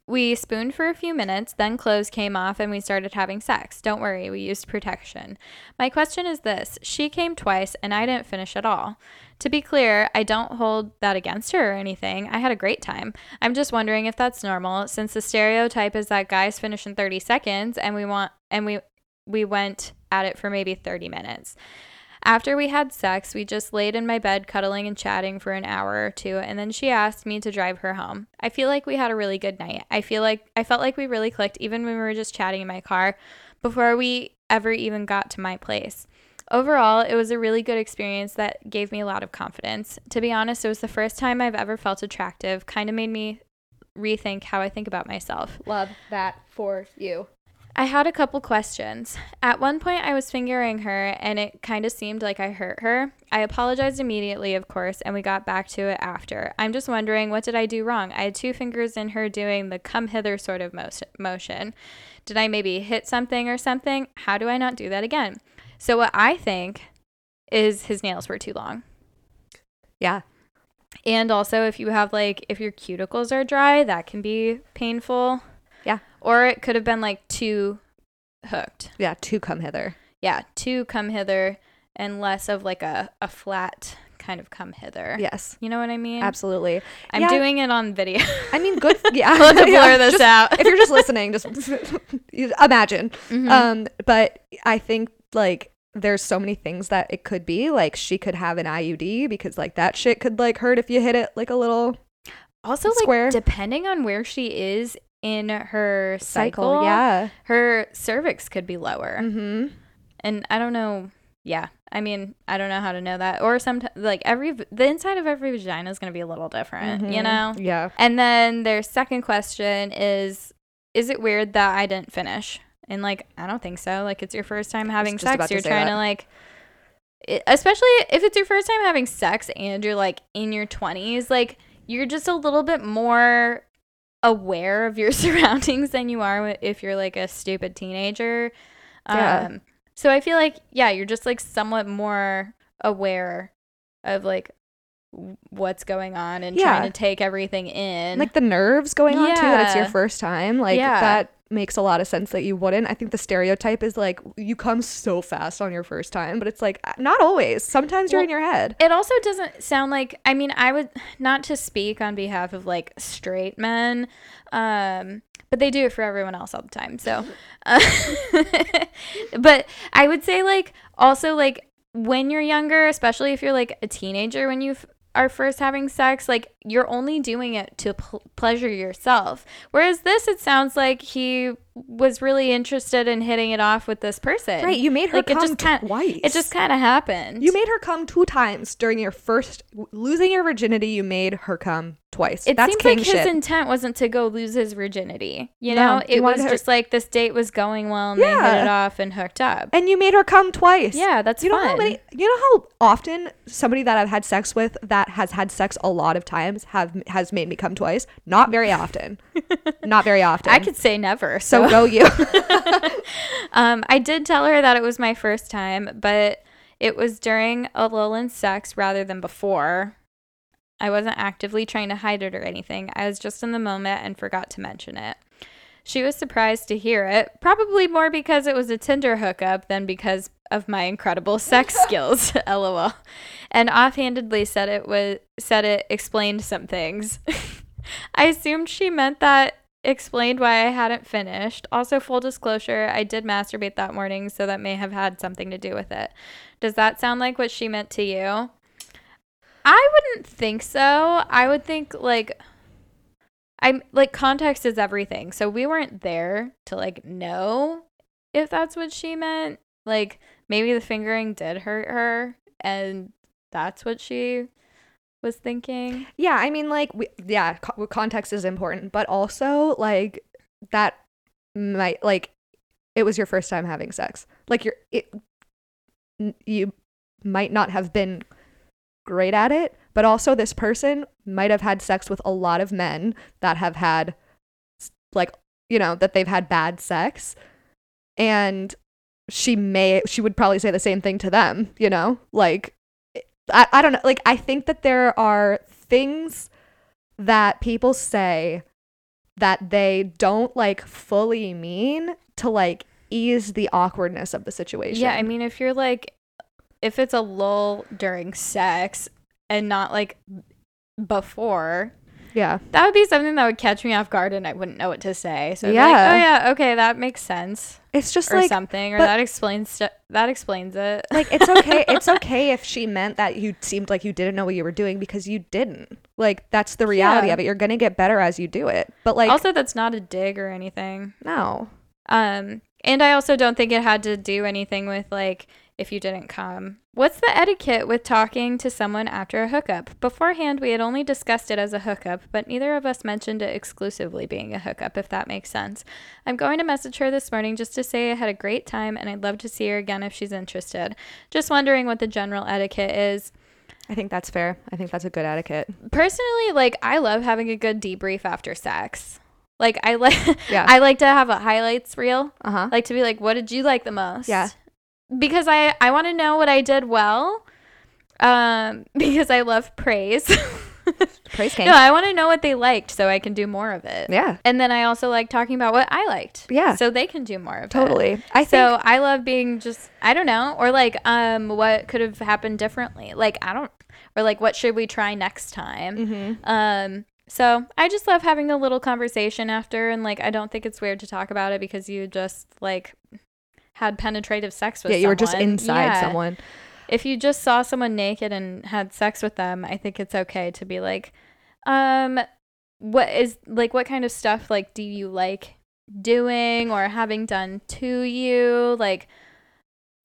B: We spooned for a few minutes, then clothes came off and we started having sex. Don't worry, we used protection. My question is this She came twice and I didn't finish at all. To be clear, I don't hold that against her or anything. I had a great time. I'm just wondering if that's normal since the stereotype is that guys finish in 30 seconds and we want and we we went at it for maybe 30 minutes. After we had sex, we just laid in my bed cuddling and chatting for an hour or two, and then she asked me to drive her home. I feel like we had a really good night. I feel like I felt like we really clicked even when we were just chatting in my car before we ever even got to my place. Overall, it was a really good experience that gave me a lot of confidence. To be honest, it was the first time I've ever felt attractive, kind of made me rethink how I think about myself.
C: Love that for you.
B: I had a couple questions. At one point, I was fingering her, and it kind of seemed like I hurt her. I apologized immediately, of course, and we got back to it after. I'm just wondering, what did I do wrong? I had two fingers in her doing the come hither sort of mo- motion. Did I maybe hit something or something? How do I not do that again? So, what I think is his nails were too long.
C: Yeah.
B: And also, if you have like, if your cuticles are dry, that can be painful.
C: Yeah.
B: Or it could have been like too hooked.
C: Yeah. To come hither.
B: Yeah. Too come hither and less of like a, a flat kind of come hither.
C: Yes.
B: You know what I mean?
C: Absolutely.
B: I'm
C: Yeah,
B: doing it on video.
C: I mean, good. Yeah.
B: I'll have to blur
C: yeah,
B: this
C: just-
B: out.
C: if you're just listening, just you- imagine.
B: Mm-hmm.
C: Um, but I think like there's so many things that it could be. Like she could have an IUD because like that shit could like hurt if you hit it like a little
B: also, like,
C: square.
B: depending on where she is in her cycle,
C: cycle. Yeah.
B: her cervix could be lower.
C: Mm-hmm.
B: and I don't know. Yeah, I mean, I don't know how to know that. Or sometimes, like every v- the inside of every vagina is going to be a little
C: Uh,
B: different,
C: Mm-hmm.
B: you know.
C: Yeah.
B: And then their second question is, is it weird that I didn't finish? And like, I don't think so. Like, it's your first time having
C: just
B: sex.
C: about to
B: You're
C: say
B: trying
C: that.
B: to like, it, especially if it's your first time having sex and you're like in your twenties, like you're just a little bit more aware of your surroundings than you are if you're like a stupid teenager.
C: Yeah.
B: Um, so I feel like yeah, you're just like somewhat more aware of like w- what's going on and
C: Yeah.
B: trying to take everything in.
C: like the nerves going on too. And it's your
B: Yeah.
C: first time. Like
B: Yeah.
C: that makes a lot of sense that you wouldn't. I think the stereotype is like you come so fast on your first time, but it's like not always. Sometimes you're in
B: Well,
C: your head.
B: It also doesn't sound like I mean I would not to speak on behalf of like straight men, um, but they do it for everyone else all the time. So, uh, but I would say like also like when you're younger, especially if you're like a teenager when you f- are first having sex, like you're only doing it to pl- pleasure yourself. Whereas this, it sounds like he was really interested in hitting it off with this person.
C: Right, you made her
B: it
C: come
B: just kinda, It
C: twice.
B: just kind of happened.
C: You made her come two times during your first losing your virginity. You made her come twice.
B: it
C: That's
B: seems
C: king
B: like his
C: shit.
B: intent wasn't to go lose his virginity. You
C: No,
B: know,
C: he
B: it
C: wanted
B: was
C: her-
B: just like this date was going well, and they hit
C: Yeah.
B: it off and hooked up.
C: and you made her come twice.
B: Yeah, that's
C: you know how
B: fun.
C: many you know how often somebody that I've had sex with that has had sex a lot of times have has made me come twice. Not very often. Not very often.
B: I could say never.
C: so
B: So,
C: go you.
B: um, I did tell her that it was my first time, but it was during a lull in sex rather than before. I wasn't actively trying to hide it or anything. I was just in the moment and forgot to mention it. She was surprised to hear it, probably more because it was a Tinder hookup than because of my incredible sex skills. LOL. And offhandedly said it was said it explained some things. I assumed she meant that explained why I hadn't finished. Also full disclosure, I did masturbate that morning, so that may have had something to do with it. Does that sound like what she meant to you? I wouldn't think so. I would think like I'm like context is everything. So we weren't there to like know if that's what she meant. Like maybe the fingering did hurt her and that's what she was thinking.
C: yeah, I mean like we, yeah, co- context is important, but also like that might like it was your first time having sex. Like you're it, n- you might not have been great at it, but also this person might have had sex with a lot of men that have had s- like you know that they've had bad sex and she may she would probably say the same thing to them, you know? Like eh, I, I don't know. Like, I think that there are things that people say that they don't like fully mean to like ease the awkwardness of the situation.
B: Yeah, I mean if you're like if it's a lull during sex and not like before,
C: yeah.
B: that would be something that would catch me off guard and I wouldn't know what to say. So yeah.
C: Yeah.
B: oh yeah, okay, that makes sense.
C: It's just
B: or
C: like,
B: something, or
C: but-
B: that explains stu- that explains it.
C: like, it's okay. It's okay if she meant that you seemed like you didn't know what you were doing because you didn't. Like, that's the reality
B: Yeah.
C: of it. You're going to get better as you do it. But like,
B: also, that's not a dig or anything.
C: no.
B: Um, and I also don't think it had to do anything with like if you didn't come. What's the etiquette with talking to someone after a hookup? Beforehand, we had only discussed it as a hookup, but neither of us mentioned it exclusively being a hookup, if that makes sense. I'm going to message her this morning just to say I had a great time and I'd love to see her again if she's interested. Just wondering what the general etiquette is.
C: I think that's fair. I think that's a good etiquette.
B: personally like i love having a good debrief after sex like i like
C: Yeah.
B: i like to have a highlights reel
C: Uh huh.
B: like to be like what did you like the most
C: Yeah.
B: because i i want to know what i did well um because i love praise
C: Praise King.
B: no i want to know what they liked so i can do more of it
C: yeah.
B: and then i also like talking about what i liked
C: Yeah.
B: so they can do more of it
C: Totally. I think.
B: so I love being just I don't know or like um what could have happened differently like I don't or like what should we try next time
C: Mhm.
B: um so I just love having a little conversation after and like I don't think it's weird to talk about it because you just like had penetrative sex with
C: yeah, you were just
B: someone.
C: inside
B: Yeah.
C: someone.
B: If you just saw someone naked and had sex with them, I think it's okay to be like um what is like what kind of stuff like do you like doing or having done to you like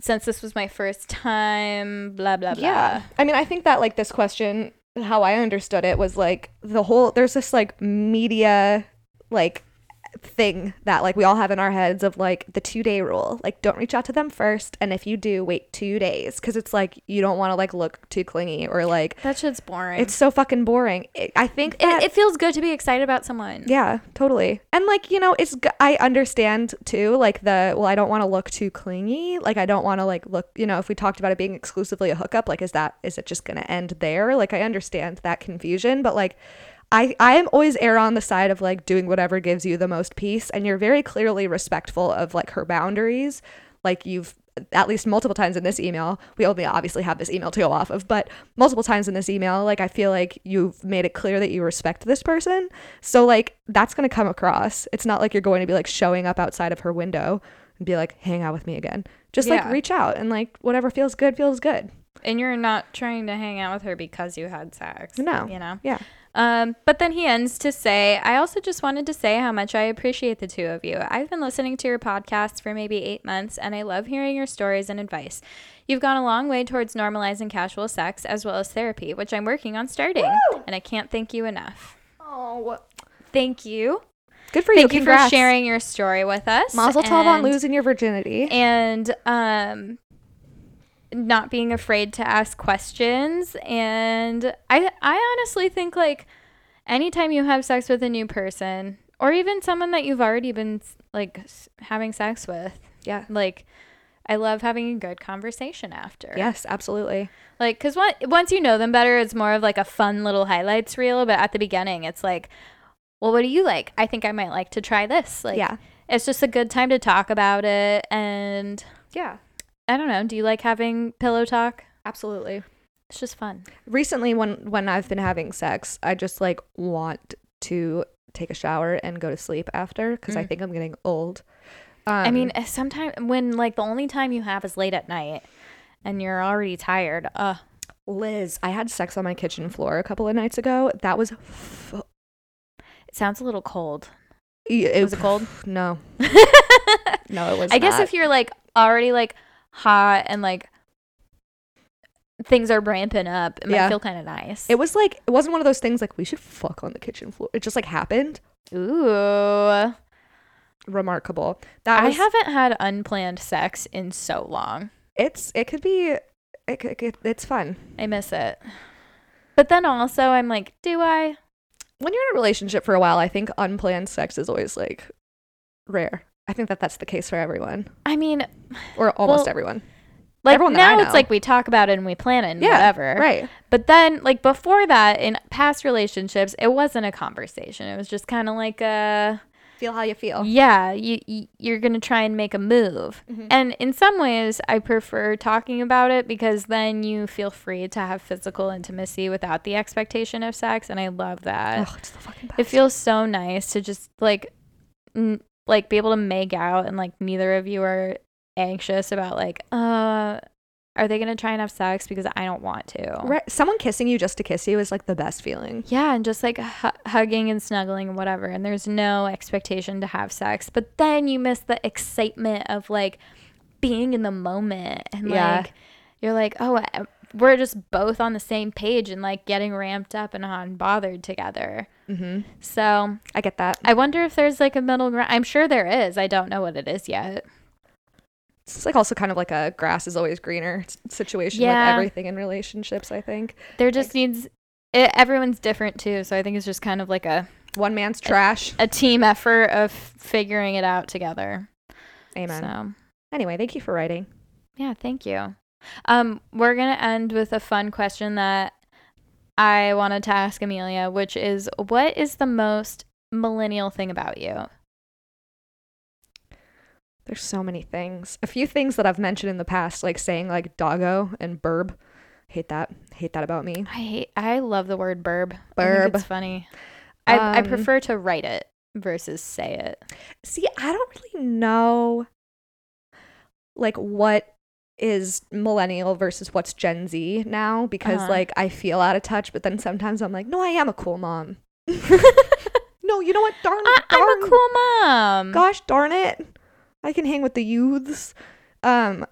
B: since this was my first time blah blah blah
C: Yeah. I mean, I think that like this question, how I understood it was like the whole there's this like media like thing that like we all have in our heads of like the two day rule like don't reach out to them first and if you do wait two days because it's like you don't want to like look too clingy or like
B: that shit's boring
C: it's so fucking boring it, i think that
B: it, it feels good to be excited about someone
C: Yeah, totally. And like, you know, it's g- I understand too like the well I don't want to look too clingy. Like I don't want to like look, you know, if we talked about it being exclusively a hookup, like is that is it just going to end there? Like I understand that confusion, but like I I am always err on the side of like doing whatever gives you the most peace, and you're very clearly respectful of like her boundaries. Like you've at least multiple times in this email, we only obviously have this email to go off of, but multiple times in this email, like I feel like you've made it clear that you respect this person. So like that's gonna come across. It's not like you're going to be like showing up outside of her window and be like, hang out with me again. Just like
B: Yeah.
C: reach out and like whatever feels good feels good.
B: And you're not trying to hang out with her because you had sex.
C: No.
B: You know?
C: Yeah.
B: Um, but then he ends to say, I also just wanted to say how much I appreciate the two of you. I've been listening to your podcast for maybe eight months, and I love hearing your stories and advice. You've gone a long way towards normalizing casual sex as well as therapy, which I'm working on starting, and I can't thank you enough.
C: Oh,
B: Thank you.
C: good for
B: Thank
C: you.
B: you
C: Congrats.
B: for sharing your story with us.
C: Mazel tov on
B: and-
C: losing your virginity.
B: and um not being afraid to ask questions and i i honestly think like anytime you have sex with a new person or even someone that you've already been like s- having sex with
C: yeah.
B: like i love having a good conversation after
C: Yes, absolutely.
B: like because once you know them better it's more of like a fun little highlights reel but at the beginning it's like well what do you like i think i might like to try this like
C: Yeah.
B: it's just a good time to talk about it and
C: Yeah,
B: I don't know. Do you like having pillow talk?
C: absolutely.
B: It's just fun.
C: recently when when i've been having sex i just like want to take a shower and go to sleep after because i think i'm getting old um,
B: Mm. I mean, sometimes when like the only time you have is late at night and you're already tired. Uh,
C: Um, liz i had sex on my kitchen floor a couple of nights ago that was f-
B: it sounds a little cold.
C: it
B: Was it cold?
C: no
B: I
C: no it was
B: guess if you're like already like hot and like things are ramping up, it might
C: Yeah.
B: feel kind of nice.
C: it was like it wasn't one of those things like we should fuck on the kitchen floor it just like happened
B: Ooh.
C: remarkable that
B: I
C: was,
B: haven't had unplanned sex in so long.
C: it's it could be it, could- it, it's fun
B: I miss it. But then also, I'm like, do I?
C: when you're in a relationship for a while, I think unplanned sex is always like rare. I think that that's the case for everyone
B: I mean,
C: or almost
B: Well,
C: everyone.
B: like
C: Everyone that I
B: now it's
C: know.
B: like we talk about it and we plan it and
C: Yeah,
B: whatever
C: Right.
B: but then like before that in past relationships it wasn't a conversation it was just kind of like a
C: Feel how you feel.
B: yeah you, you you're gonna try and make a move
C: Mm-hmm.
B: and in some ways i prefer talking about it because then you feel free to have physical intimacy without the expectation of sex and i love that
C: Oh, it's the fucking
B: it
C: best.
B: feels so nice to just like n- like be able to make out and like neither of you are anxious about like uh are they gonna try and have sex because i don't want to
C: Right. Someone kissing you just to kiss you is like the best feeling.
B: yeah and just like hu- hugging and snuggling and whatever and there's no expectation to have sex but then you miss the excitement of like being in the moment and
C: Yeah.
B: like you're like oh I- we're just both on the same page and like getting ramped up and unbothered together
C: Mm-hmm.
B: so
C: I get that.
B: I wonder if there's like a middle ground. I'm sure there is. I don't know what it is yet.
C: It's like also kind of like a grass is always greener s- situation
B: Yeah.
C: with everything in relationships. I think
B: There just needs it, everyone's different too, so I think it's just kind of like a
C: one man's trash.
B: a team effort of figuring it out together.
C: Amen.
B: So,
C: Anyway, thank you for writing.
B: yeah, thank you. Um we're going to end with a fun question that I wanted to ask Amelia, which is what is the most millennial thing about you?
C: There's so many things. A few things that I've mentioned in the past, like saying like doggo and burb. Hate that. Hate that about me.
B: I hate I love the word burb. I think
C: Burb.
B: It's funny. I I
C: Um,
B: prefer to write it versus say it.
C: See, I don't really know like what is millennial versus what's Gen Z now because
B: Uh-huh.
C: like I feel out of touch, but then sometimes I'm like, no, I am a cool mom. no, you know what? Darn,
B: I,
C: darn
B: I'm a cool mom.
C: gosh darn it. I can hang with the youths. Um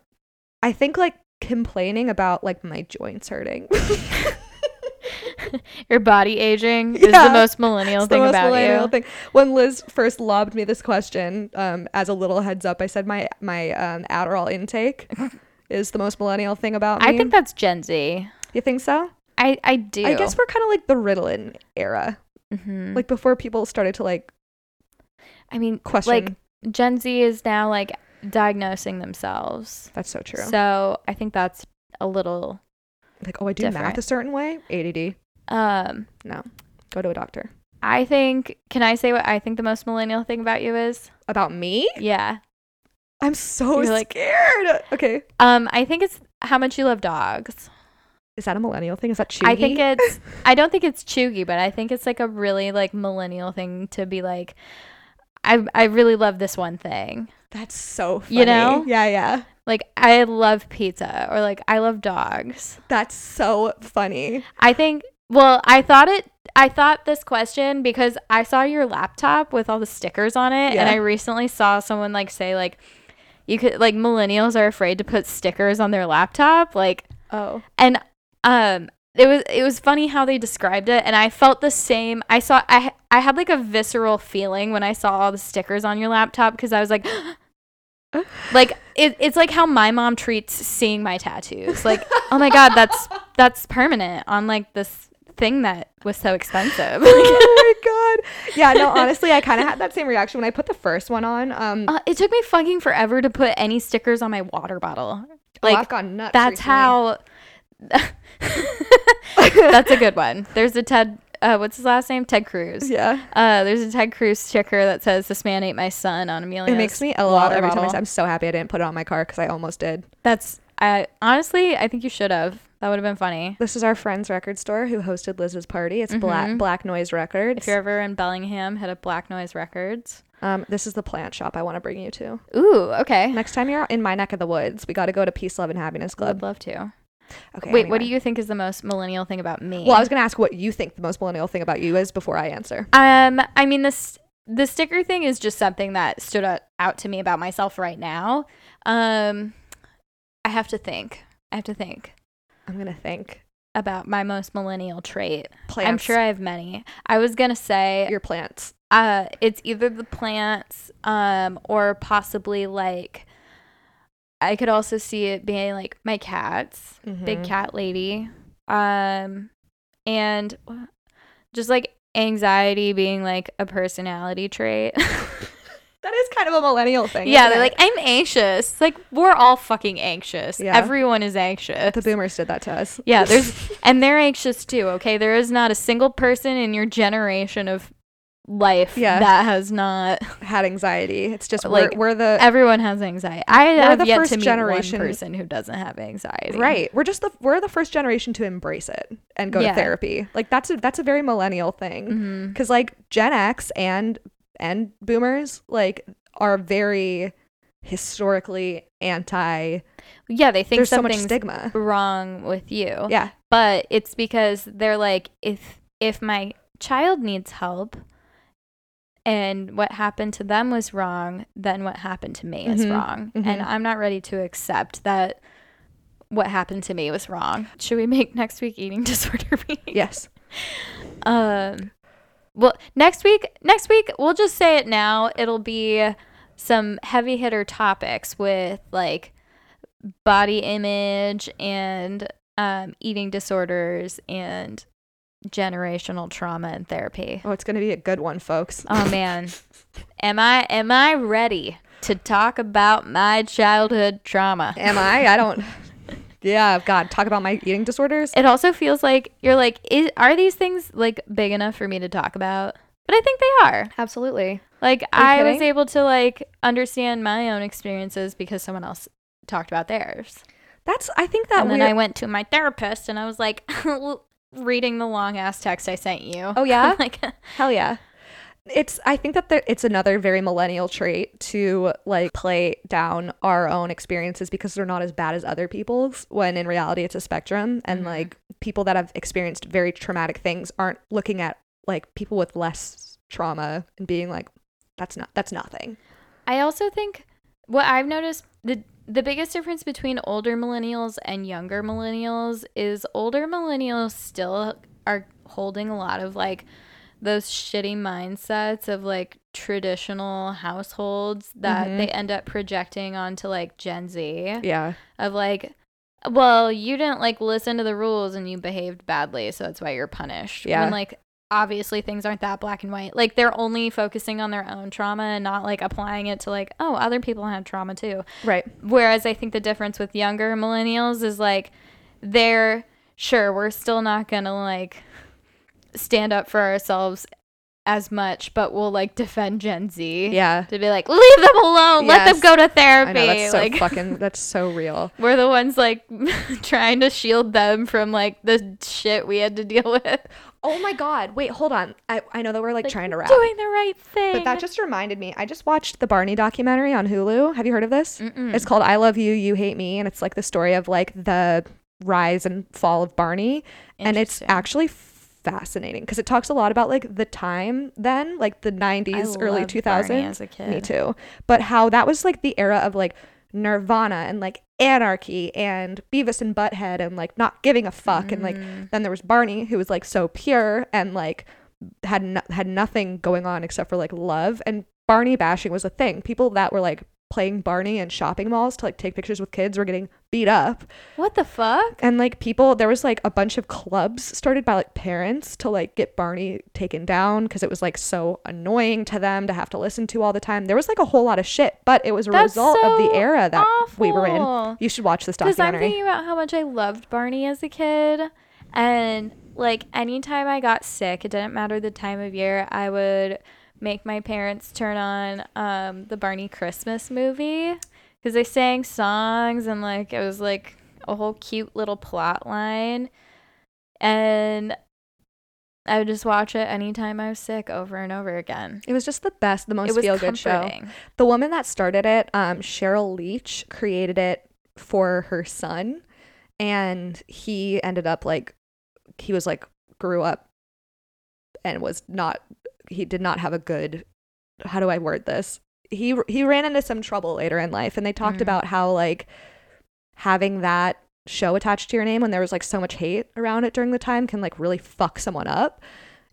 C: I think like complaining about like my joints hurting.
B: Your body aging is
C: Yeah.
B: the most millennial
C: It's the
B: thing
C: most
B: about
C: millennial
B: you.
C: thing. When Liz first lobbed me this question, um, as a little heads up, I said my my um, Adderall intake is the most millennial thing about me.
B: I think that's Gen Z.
C: you think so.
B: I I do.
C: I guess we're kind of like the Ritalin era,
B: Mhm.
C: like before people started to like
B: I mean,
C: question.
B: like Gen Z is now like diagnosing themselves.
C: that's so true.
B: So I think that's a little
C: like, oh, I do math
B: different.
C: a certain way. ADD.
B: um
C: No, Go to a doctor.
B: I think, can I say what I think the most millennial thing about you is?
C: About me?
B: Yeah.
C: I'm so
B: You're like-
C: scared. okay.
B: Um, I think it's how much you love dogs.
C: Is that a millennial thing? Is that cheeky?
B: I think it's I don't think it's chuggy, but I think it's like a really like millennial thing to be like I I really love this one thing.
C: That's so funny.
B: You know?
C: Yeah, yeah.
B: Like I love pizza or like I love dogs.
C: That's so funny.
B: I think well, I thought it I thought this question because I saw your laptop with all the stickers on it
C: Yeah.
B: and I recently saw someone like say like you could like millennials are afraid to put stickers on their laptop like
C: Oh.
B: and um it was it was funny how they described it and i felt the same i saw i i had like a visceral feeling when i saw all the stickers on your laptop because i was like like it, it's like how my mom treats seeing my tattoos like oh my god that's that's permanent on like this thing that was so expensive
C: oh my god. Yeah, no, honestly, I kind of had that same reaction when I put the first one on. Um
B: Uh, it took me fucking forever to put any stickers on my water bottle
C: like,
B: like
C: oh, I've gone nuts.
B: that's
C: recently.
B: how that's a good one there's a ted uh, what's his last name ted cruz
C: Yeah.
B: uh, there's a ted cruz sticker that says this man ate my son on amelia
C: It makes me a lot every time I say, I'm so happy I didn't put it on my car because I almost did.
B: that's i honestly i think you should have that would have been funny
C: This is our friend's record store who hosted Liz's party. It's Black Black Noise
B: Mm-hmm. if
C: Records.
B: you're ever in bellingham hit up black noise records
C: Um, this is the plant shop I want to bring you to.
B: ooh okay
C: Next time you're in my neck of the woods, we got to go to Peace, Love, and Happiness
B: i'd
C: Club.
B: love to
C: Okay.
B: wait what do
C: anyway.
B: you think is the most millennial thing about me
C: Well, I was gonna ask what you think the most millennial thing about you is before I answer.
B: Um, I mean this the sticker thing is just something that stood out, out to me about myself right now. Um, I have to think. I have to think
C: I'm gonna think.
B: about my most millennial trait.
C: Plants.
B: I'm sure I have many. I was gonna say
C: your plants.
B: uh, it's either the plants, um, or possibly like I could also see it being like my cats, big
C: Mhm.
B: cat lady, um, and wha- just like anxiety being like a personality trait.
C: That is kind of a millennial thing.
B: yeah,
C: isn't
B: they're
C: it?
B: like I'm anxious. It's Like we're all fucking anxious.
C: Yeah.
B: Everyone is anxious.
C: the boomers did that to us.
B: Yeah, there's and they're anxious too, okay? There is not a single person in your generation of life
C: Yeah.
B: that has not
C: had anxiety. It's just
B: Like,
C: we're, we're the
B: everyone has anxiety. I
C: We're
B: have
C: the
B: yet
C: first
B: to meet
C: generation-
B: one person who doesn't have anxiety.
C: right. We're just the we're the first generation to embrace it and go
B: Yeah.
C: to therapy. Like that's a that's a very millennial thing.
B: hmm
C: because like Gen X and and Boomers like are very historically anti.
B: Yeah, they think
C: There's so much
B: something's
C: stigma.
B: wrong with you.
C: Yeah,
B: But it's because they're like if if my child needs help and what happened to them was wrong, then what happened to me is
C: Mhm.
B: wrong. And
C: Mhm.
B: I'm not ready to accept that what happened to me was wrong. Should we make next week eating disorder week?
C: yes.
B: Um, well, next week, next week, we'll just say it now. It'll be some heavy hitter topics with like body image and um, eating disorders and generational trauma and therapy.
C: Oh, it's gonna be a good one, folks.
B: Oh man, am I am I ready to talk about my childhood trauma?
C: Am I? I don't. Yeah, God, talk about my eating disorders.
B: It also feels like you're like, is, are these things like big enough for me to talk about? But I think they are.
C: Absolutely.
B: Like
C: Are
B: I
C: you
B: was
C: kidding?
B: able to like understand my own experiences because someone else talked about theirs.
C: That's. I think that.
B: and then
C: weird-
B: I went to my therapist and I was like reading the long ass text I sent you.
C: Oh, yeah?
B: like
C: Hell yeah. It's I think that there, it's another very millennial trait to like play down our own experiences because they're not as bad as other people's when in reality it's a spectrum and like people that have experienced very traumatic things aren't looking at like people with less trauma and being like that's not that's nothing.
B: I also think what I've noticed the the biggest difference between older millennials and younger millennials is older millennials still are holding a lot of like those shitty mindsets of like traditional households that
C: Mhm.
B: they end up projecting onto like Gen Z
C: Yeah.
B: of like well you didn't like listen to the rules and you behaved badly so that's why you're punished
C: Yeah.
B: when like obviously things aren't that black and white like they're only focusing on their own trauma and not like applying it to like oh other people had trauma too
C: Right.
B: whereas i think the difference with younger millennials is like they're sure we're still not gonna like stand up for ourselves as much, but we'll like defend Gen Z.
C: Yeah.
B: To be like, leave them alone. Let them
C: Yes.
B: go to
C: I
B: therapy.
C: know that's so
B: like
C: fucking that's so real.
B: we're the ones like trying to shield them from like the shit we had to deal with.
C: Oh my god. Wait, hold on. I, I know that we're like, trying to wrap.
B: Doing the right thing.
C: But that just reminded me. I just watched the Barney documentary on Hulu. Have you heard of this? It's called "I Love You, You Hate Me," and it's like the story of like the rise and fall of Barney, and it's
B: Interesting.
C: actually fascinating because it talks a lot about like the time then, like the '90s, early
B: loved
C: 2000s.
B: Barney as a
C: Me
B: kid.
C: too. But how that was like the era of like Nirvana and like anarchy and Beavis and Butthead and like not giving a fuck and
B: Mm.
C: like then there was Barney who was like so pure and like had no- had nothing going on except for like love and Barney bashing was a thing. People that were like playing Barney in shopping malls to like take pictures with kids were getting beat up
B: what the fuck?
C: and like people there was like a bunch of clubs started by like parents to like get barney taken down because it was like so annoying to them to have to listen to all the time there was like a whole lot of shit but it was a
B: That's
C: result of
B: so
C: the era that we were in
B: awful.
C: you should watch this
B: Because I'm
C: documentary
B: thinking about how much I loved Barney as a kid. And like anytime I got sick, it didn't matter the time of year, I would make my parents turn on um, the Barney Christmas movie because they sang songs and like it was like a whole cute little plot line. And I would just watch it anytime I was sick over and over again.
C: it was just the best the most
B: it was
C: feel good show
B: comforting.
C: the woman that started it um cheryl leach created it for her son and he ended up like he was like grew up and was not he did not have a good how do i word this he he ran into some trouble later in life and they talked
B: Mm.
C: about how like having that show attached to your name when there was like so much hate around it during the time can like really fuck someone up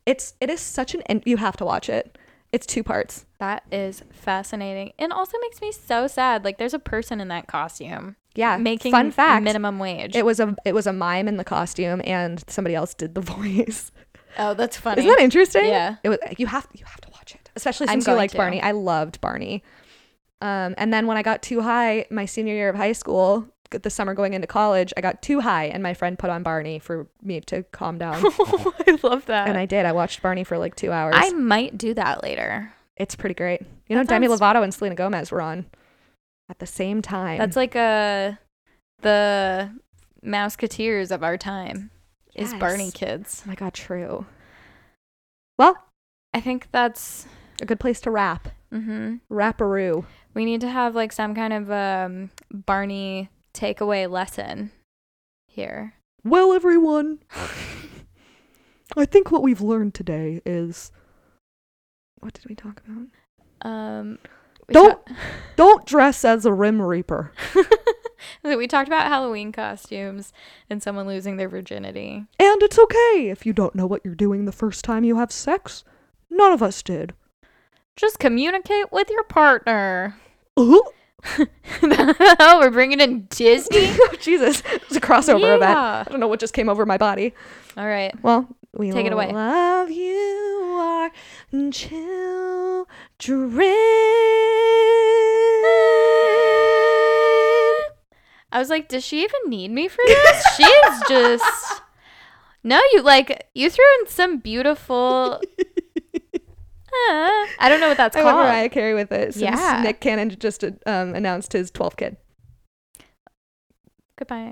C: it's it is such an and you have to watch it it's two parts
B: That is fascinating. And also makes me so sad. Like there's a person in that costume.
C: yeah
B: making
C: fun fact
B: minimum wage.
C: It was a it was a mime in the costume, and somebody else did the voice.
B: oh, that's funny.
C: Isn't that interesting?
B: Yeah.
C: It was, you have you have to watch it, especially
B: I'm
C: since you
B: going
C: liked
B: to.
C: Barney. I loved Barney. Um, and then when I got too high, my senior year of high school, the summer going into college, I got too high, and my friend put on Barney for me to calm down.
B: I love that.
C: and I did. I watched Barney for like two hours.
B: I might do that later.
C: it's pretty great. You know,
B: That
C: Demi
B: sounds-
C: Lovato and Selena Gomez were on at the same time.
B: That's like a the Mouseketeers of our time is Barney
C: Yes.
B: Kids.
C: oh my god, true. Well,
B: I think that's.
C: a good place to wrap.
B: hmm
C: Wraparoo.
B: We need to have like some kind of um, Barney takeaway lesson here.
D: Well, everyone, I think what we've learned today is
C: What did we talk about?
B: Um, we
D: Don't-
B: ta-
D: don't dress as a Rim Reaper.
B: we talked about Halloween costumes and someone losing their virginity.
D: And it's okay if you don't know what you're doing the first time you have sex. None of us did.
B: Just communicate with your partner.
D: Ooh.
B: oh, we're bringing in Disney.
C: Jesus, it's a crossover event.
B: Yeah.
C: I don't know what just came over my body.
B: All right.
C: Well, we
B: Take it away.
C: Love you are children.
B: I was like, does she even need me for this? She's just no. You like you threw in some beautiful. Uh, I don't know what that's
C: I went
B: called.
C: Mariah Carey with it. Since
B: Yeah.
C: Nick Cannon just uh, um, announced his 12th kid.
B: Goodbye.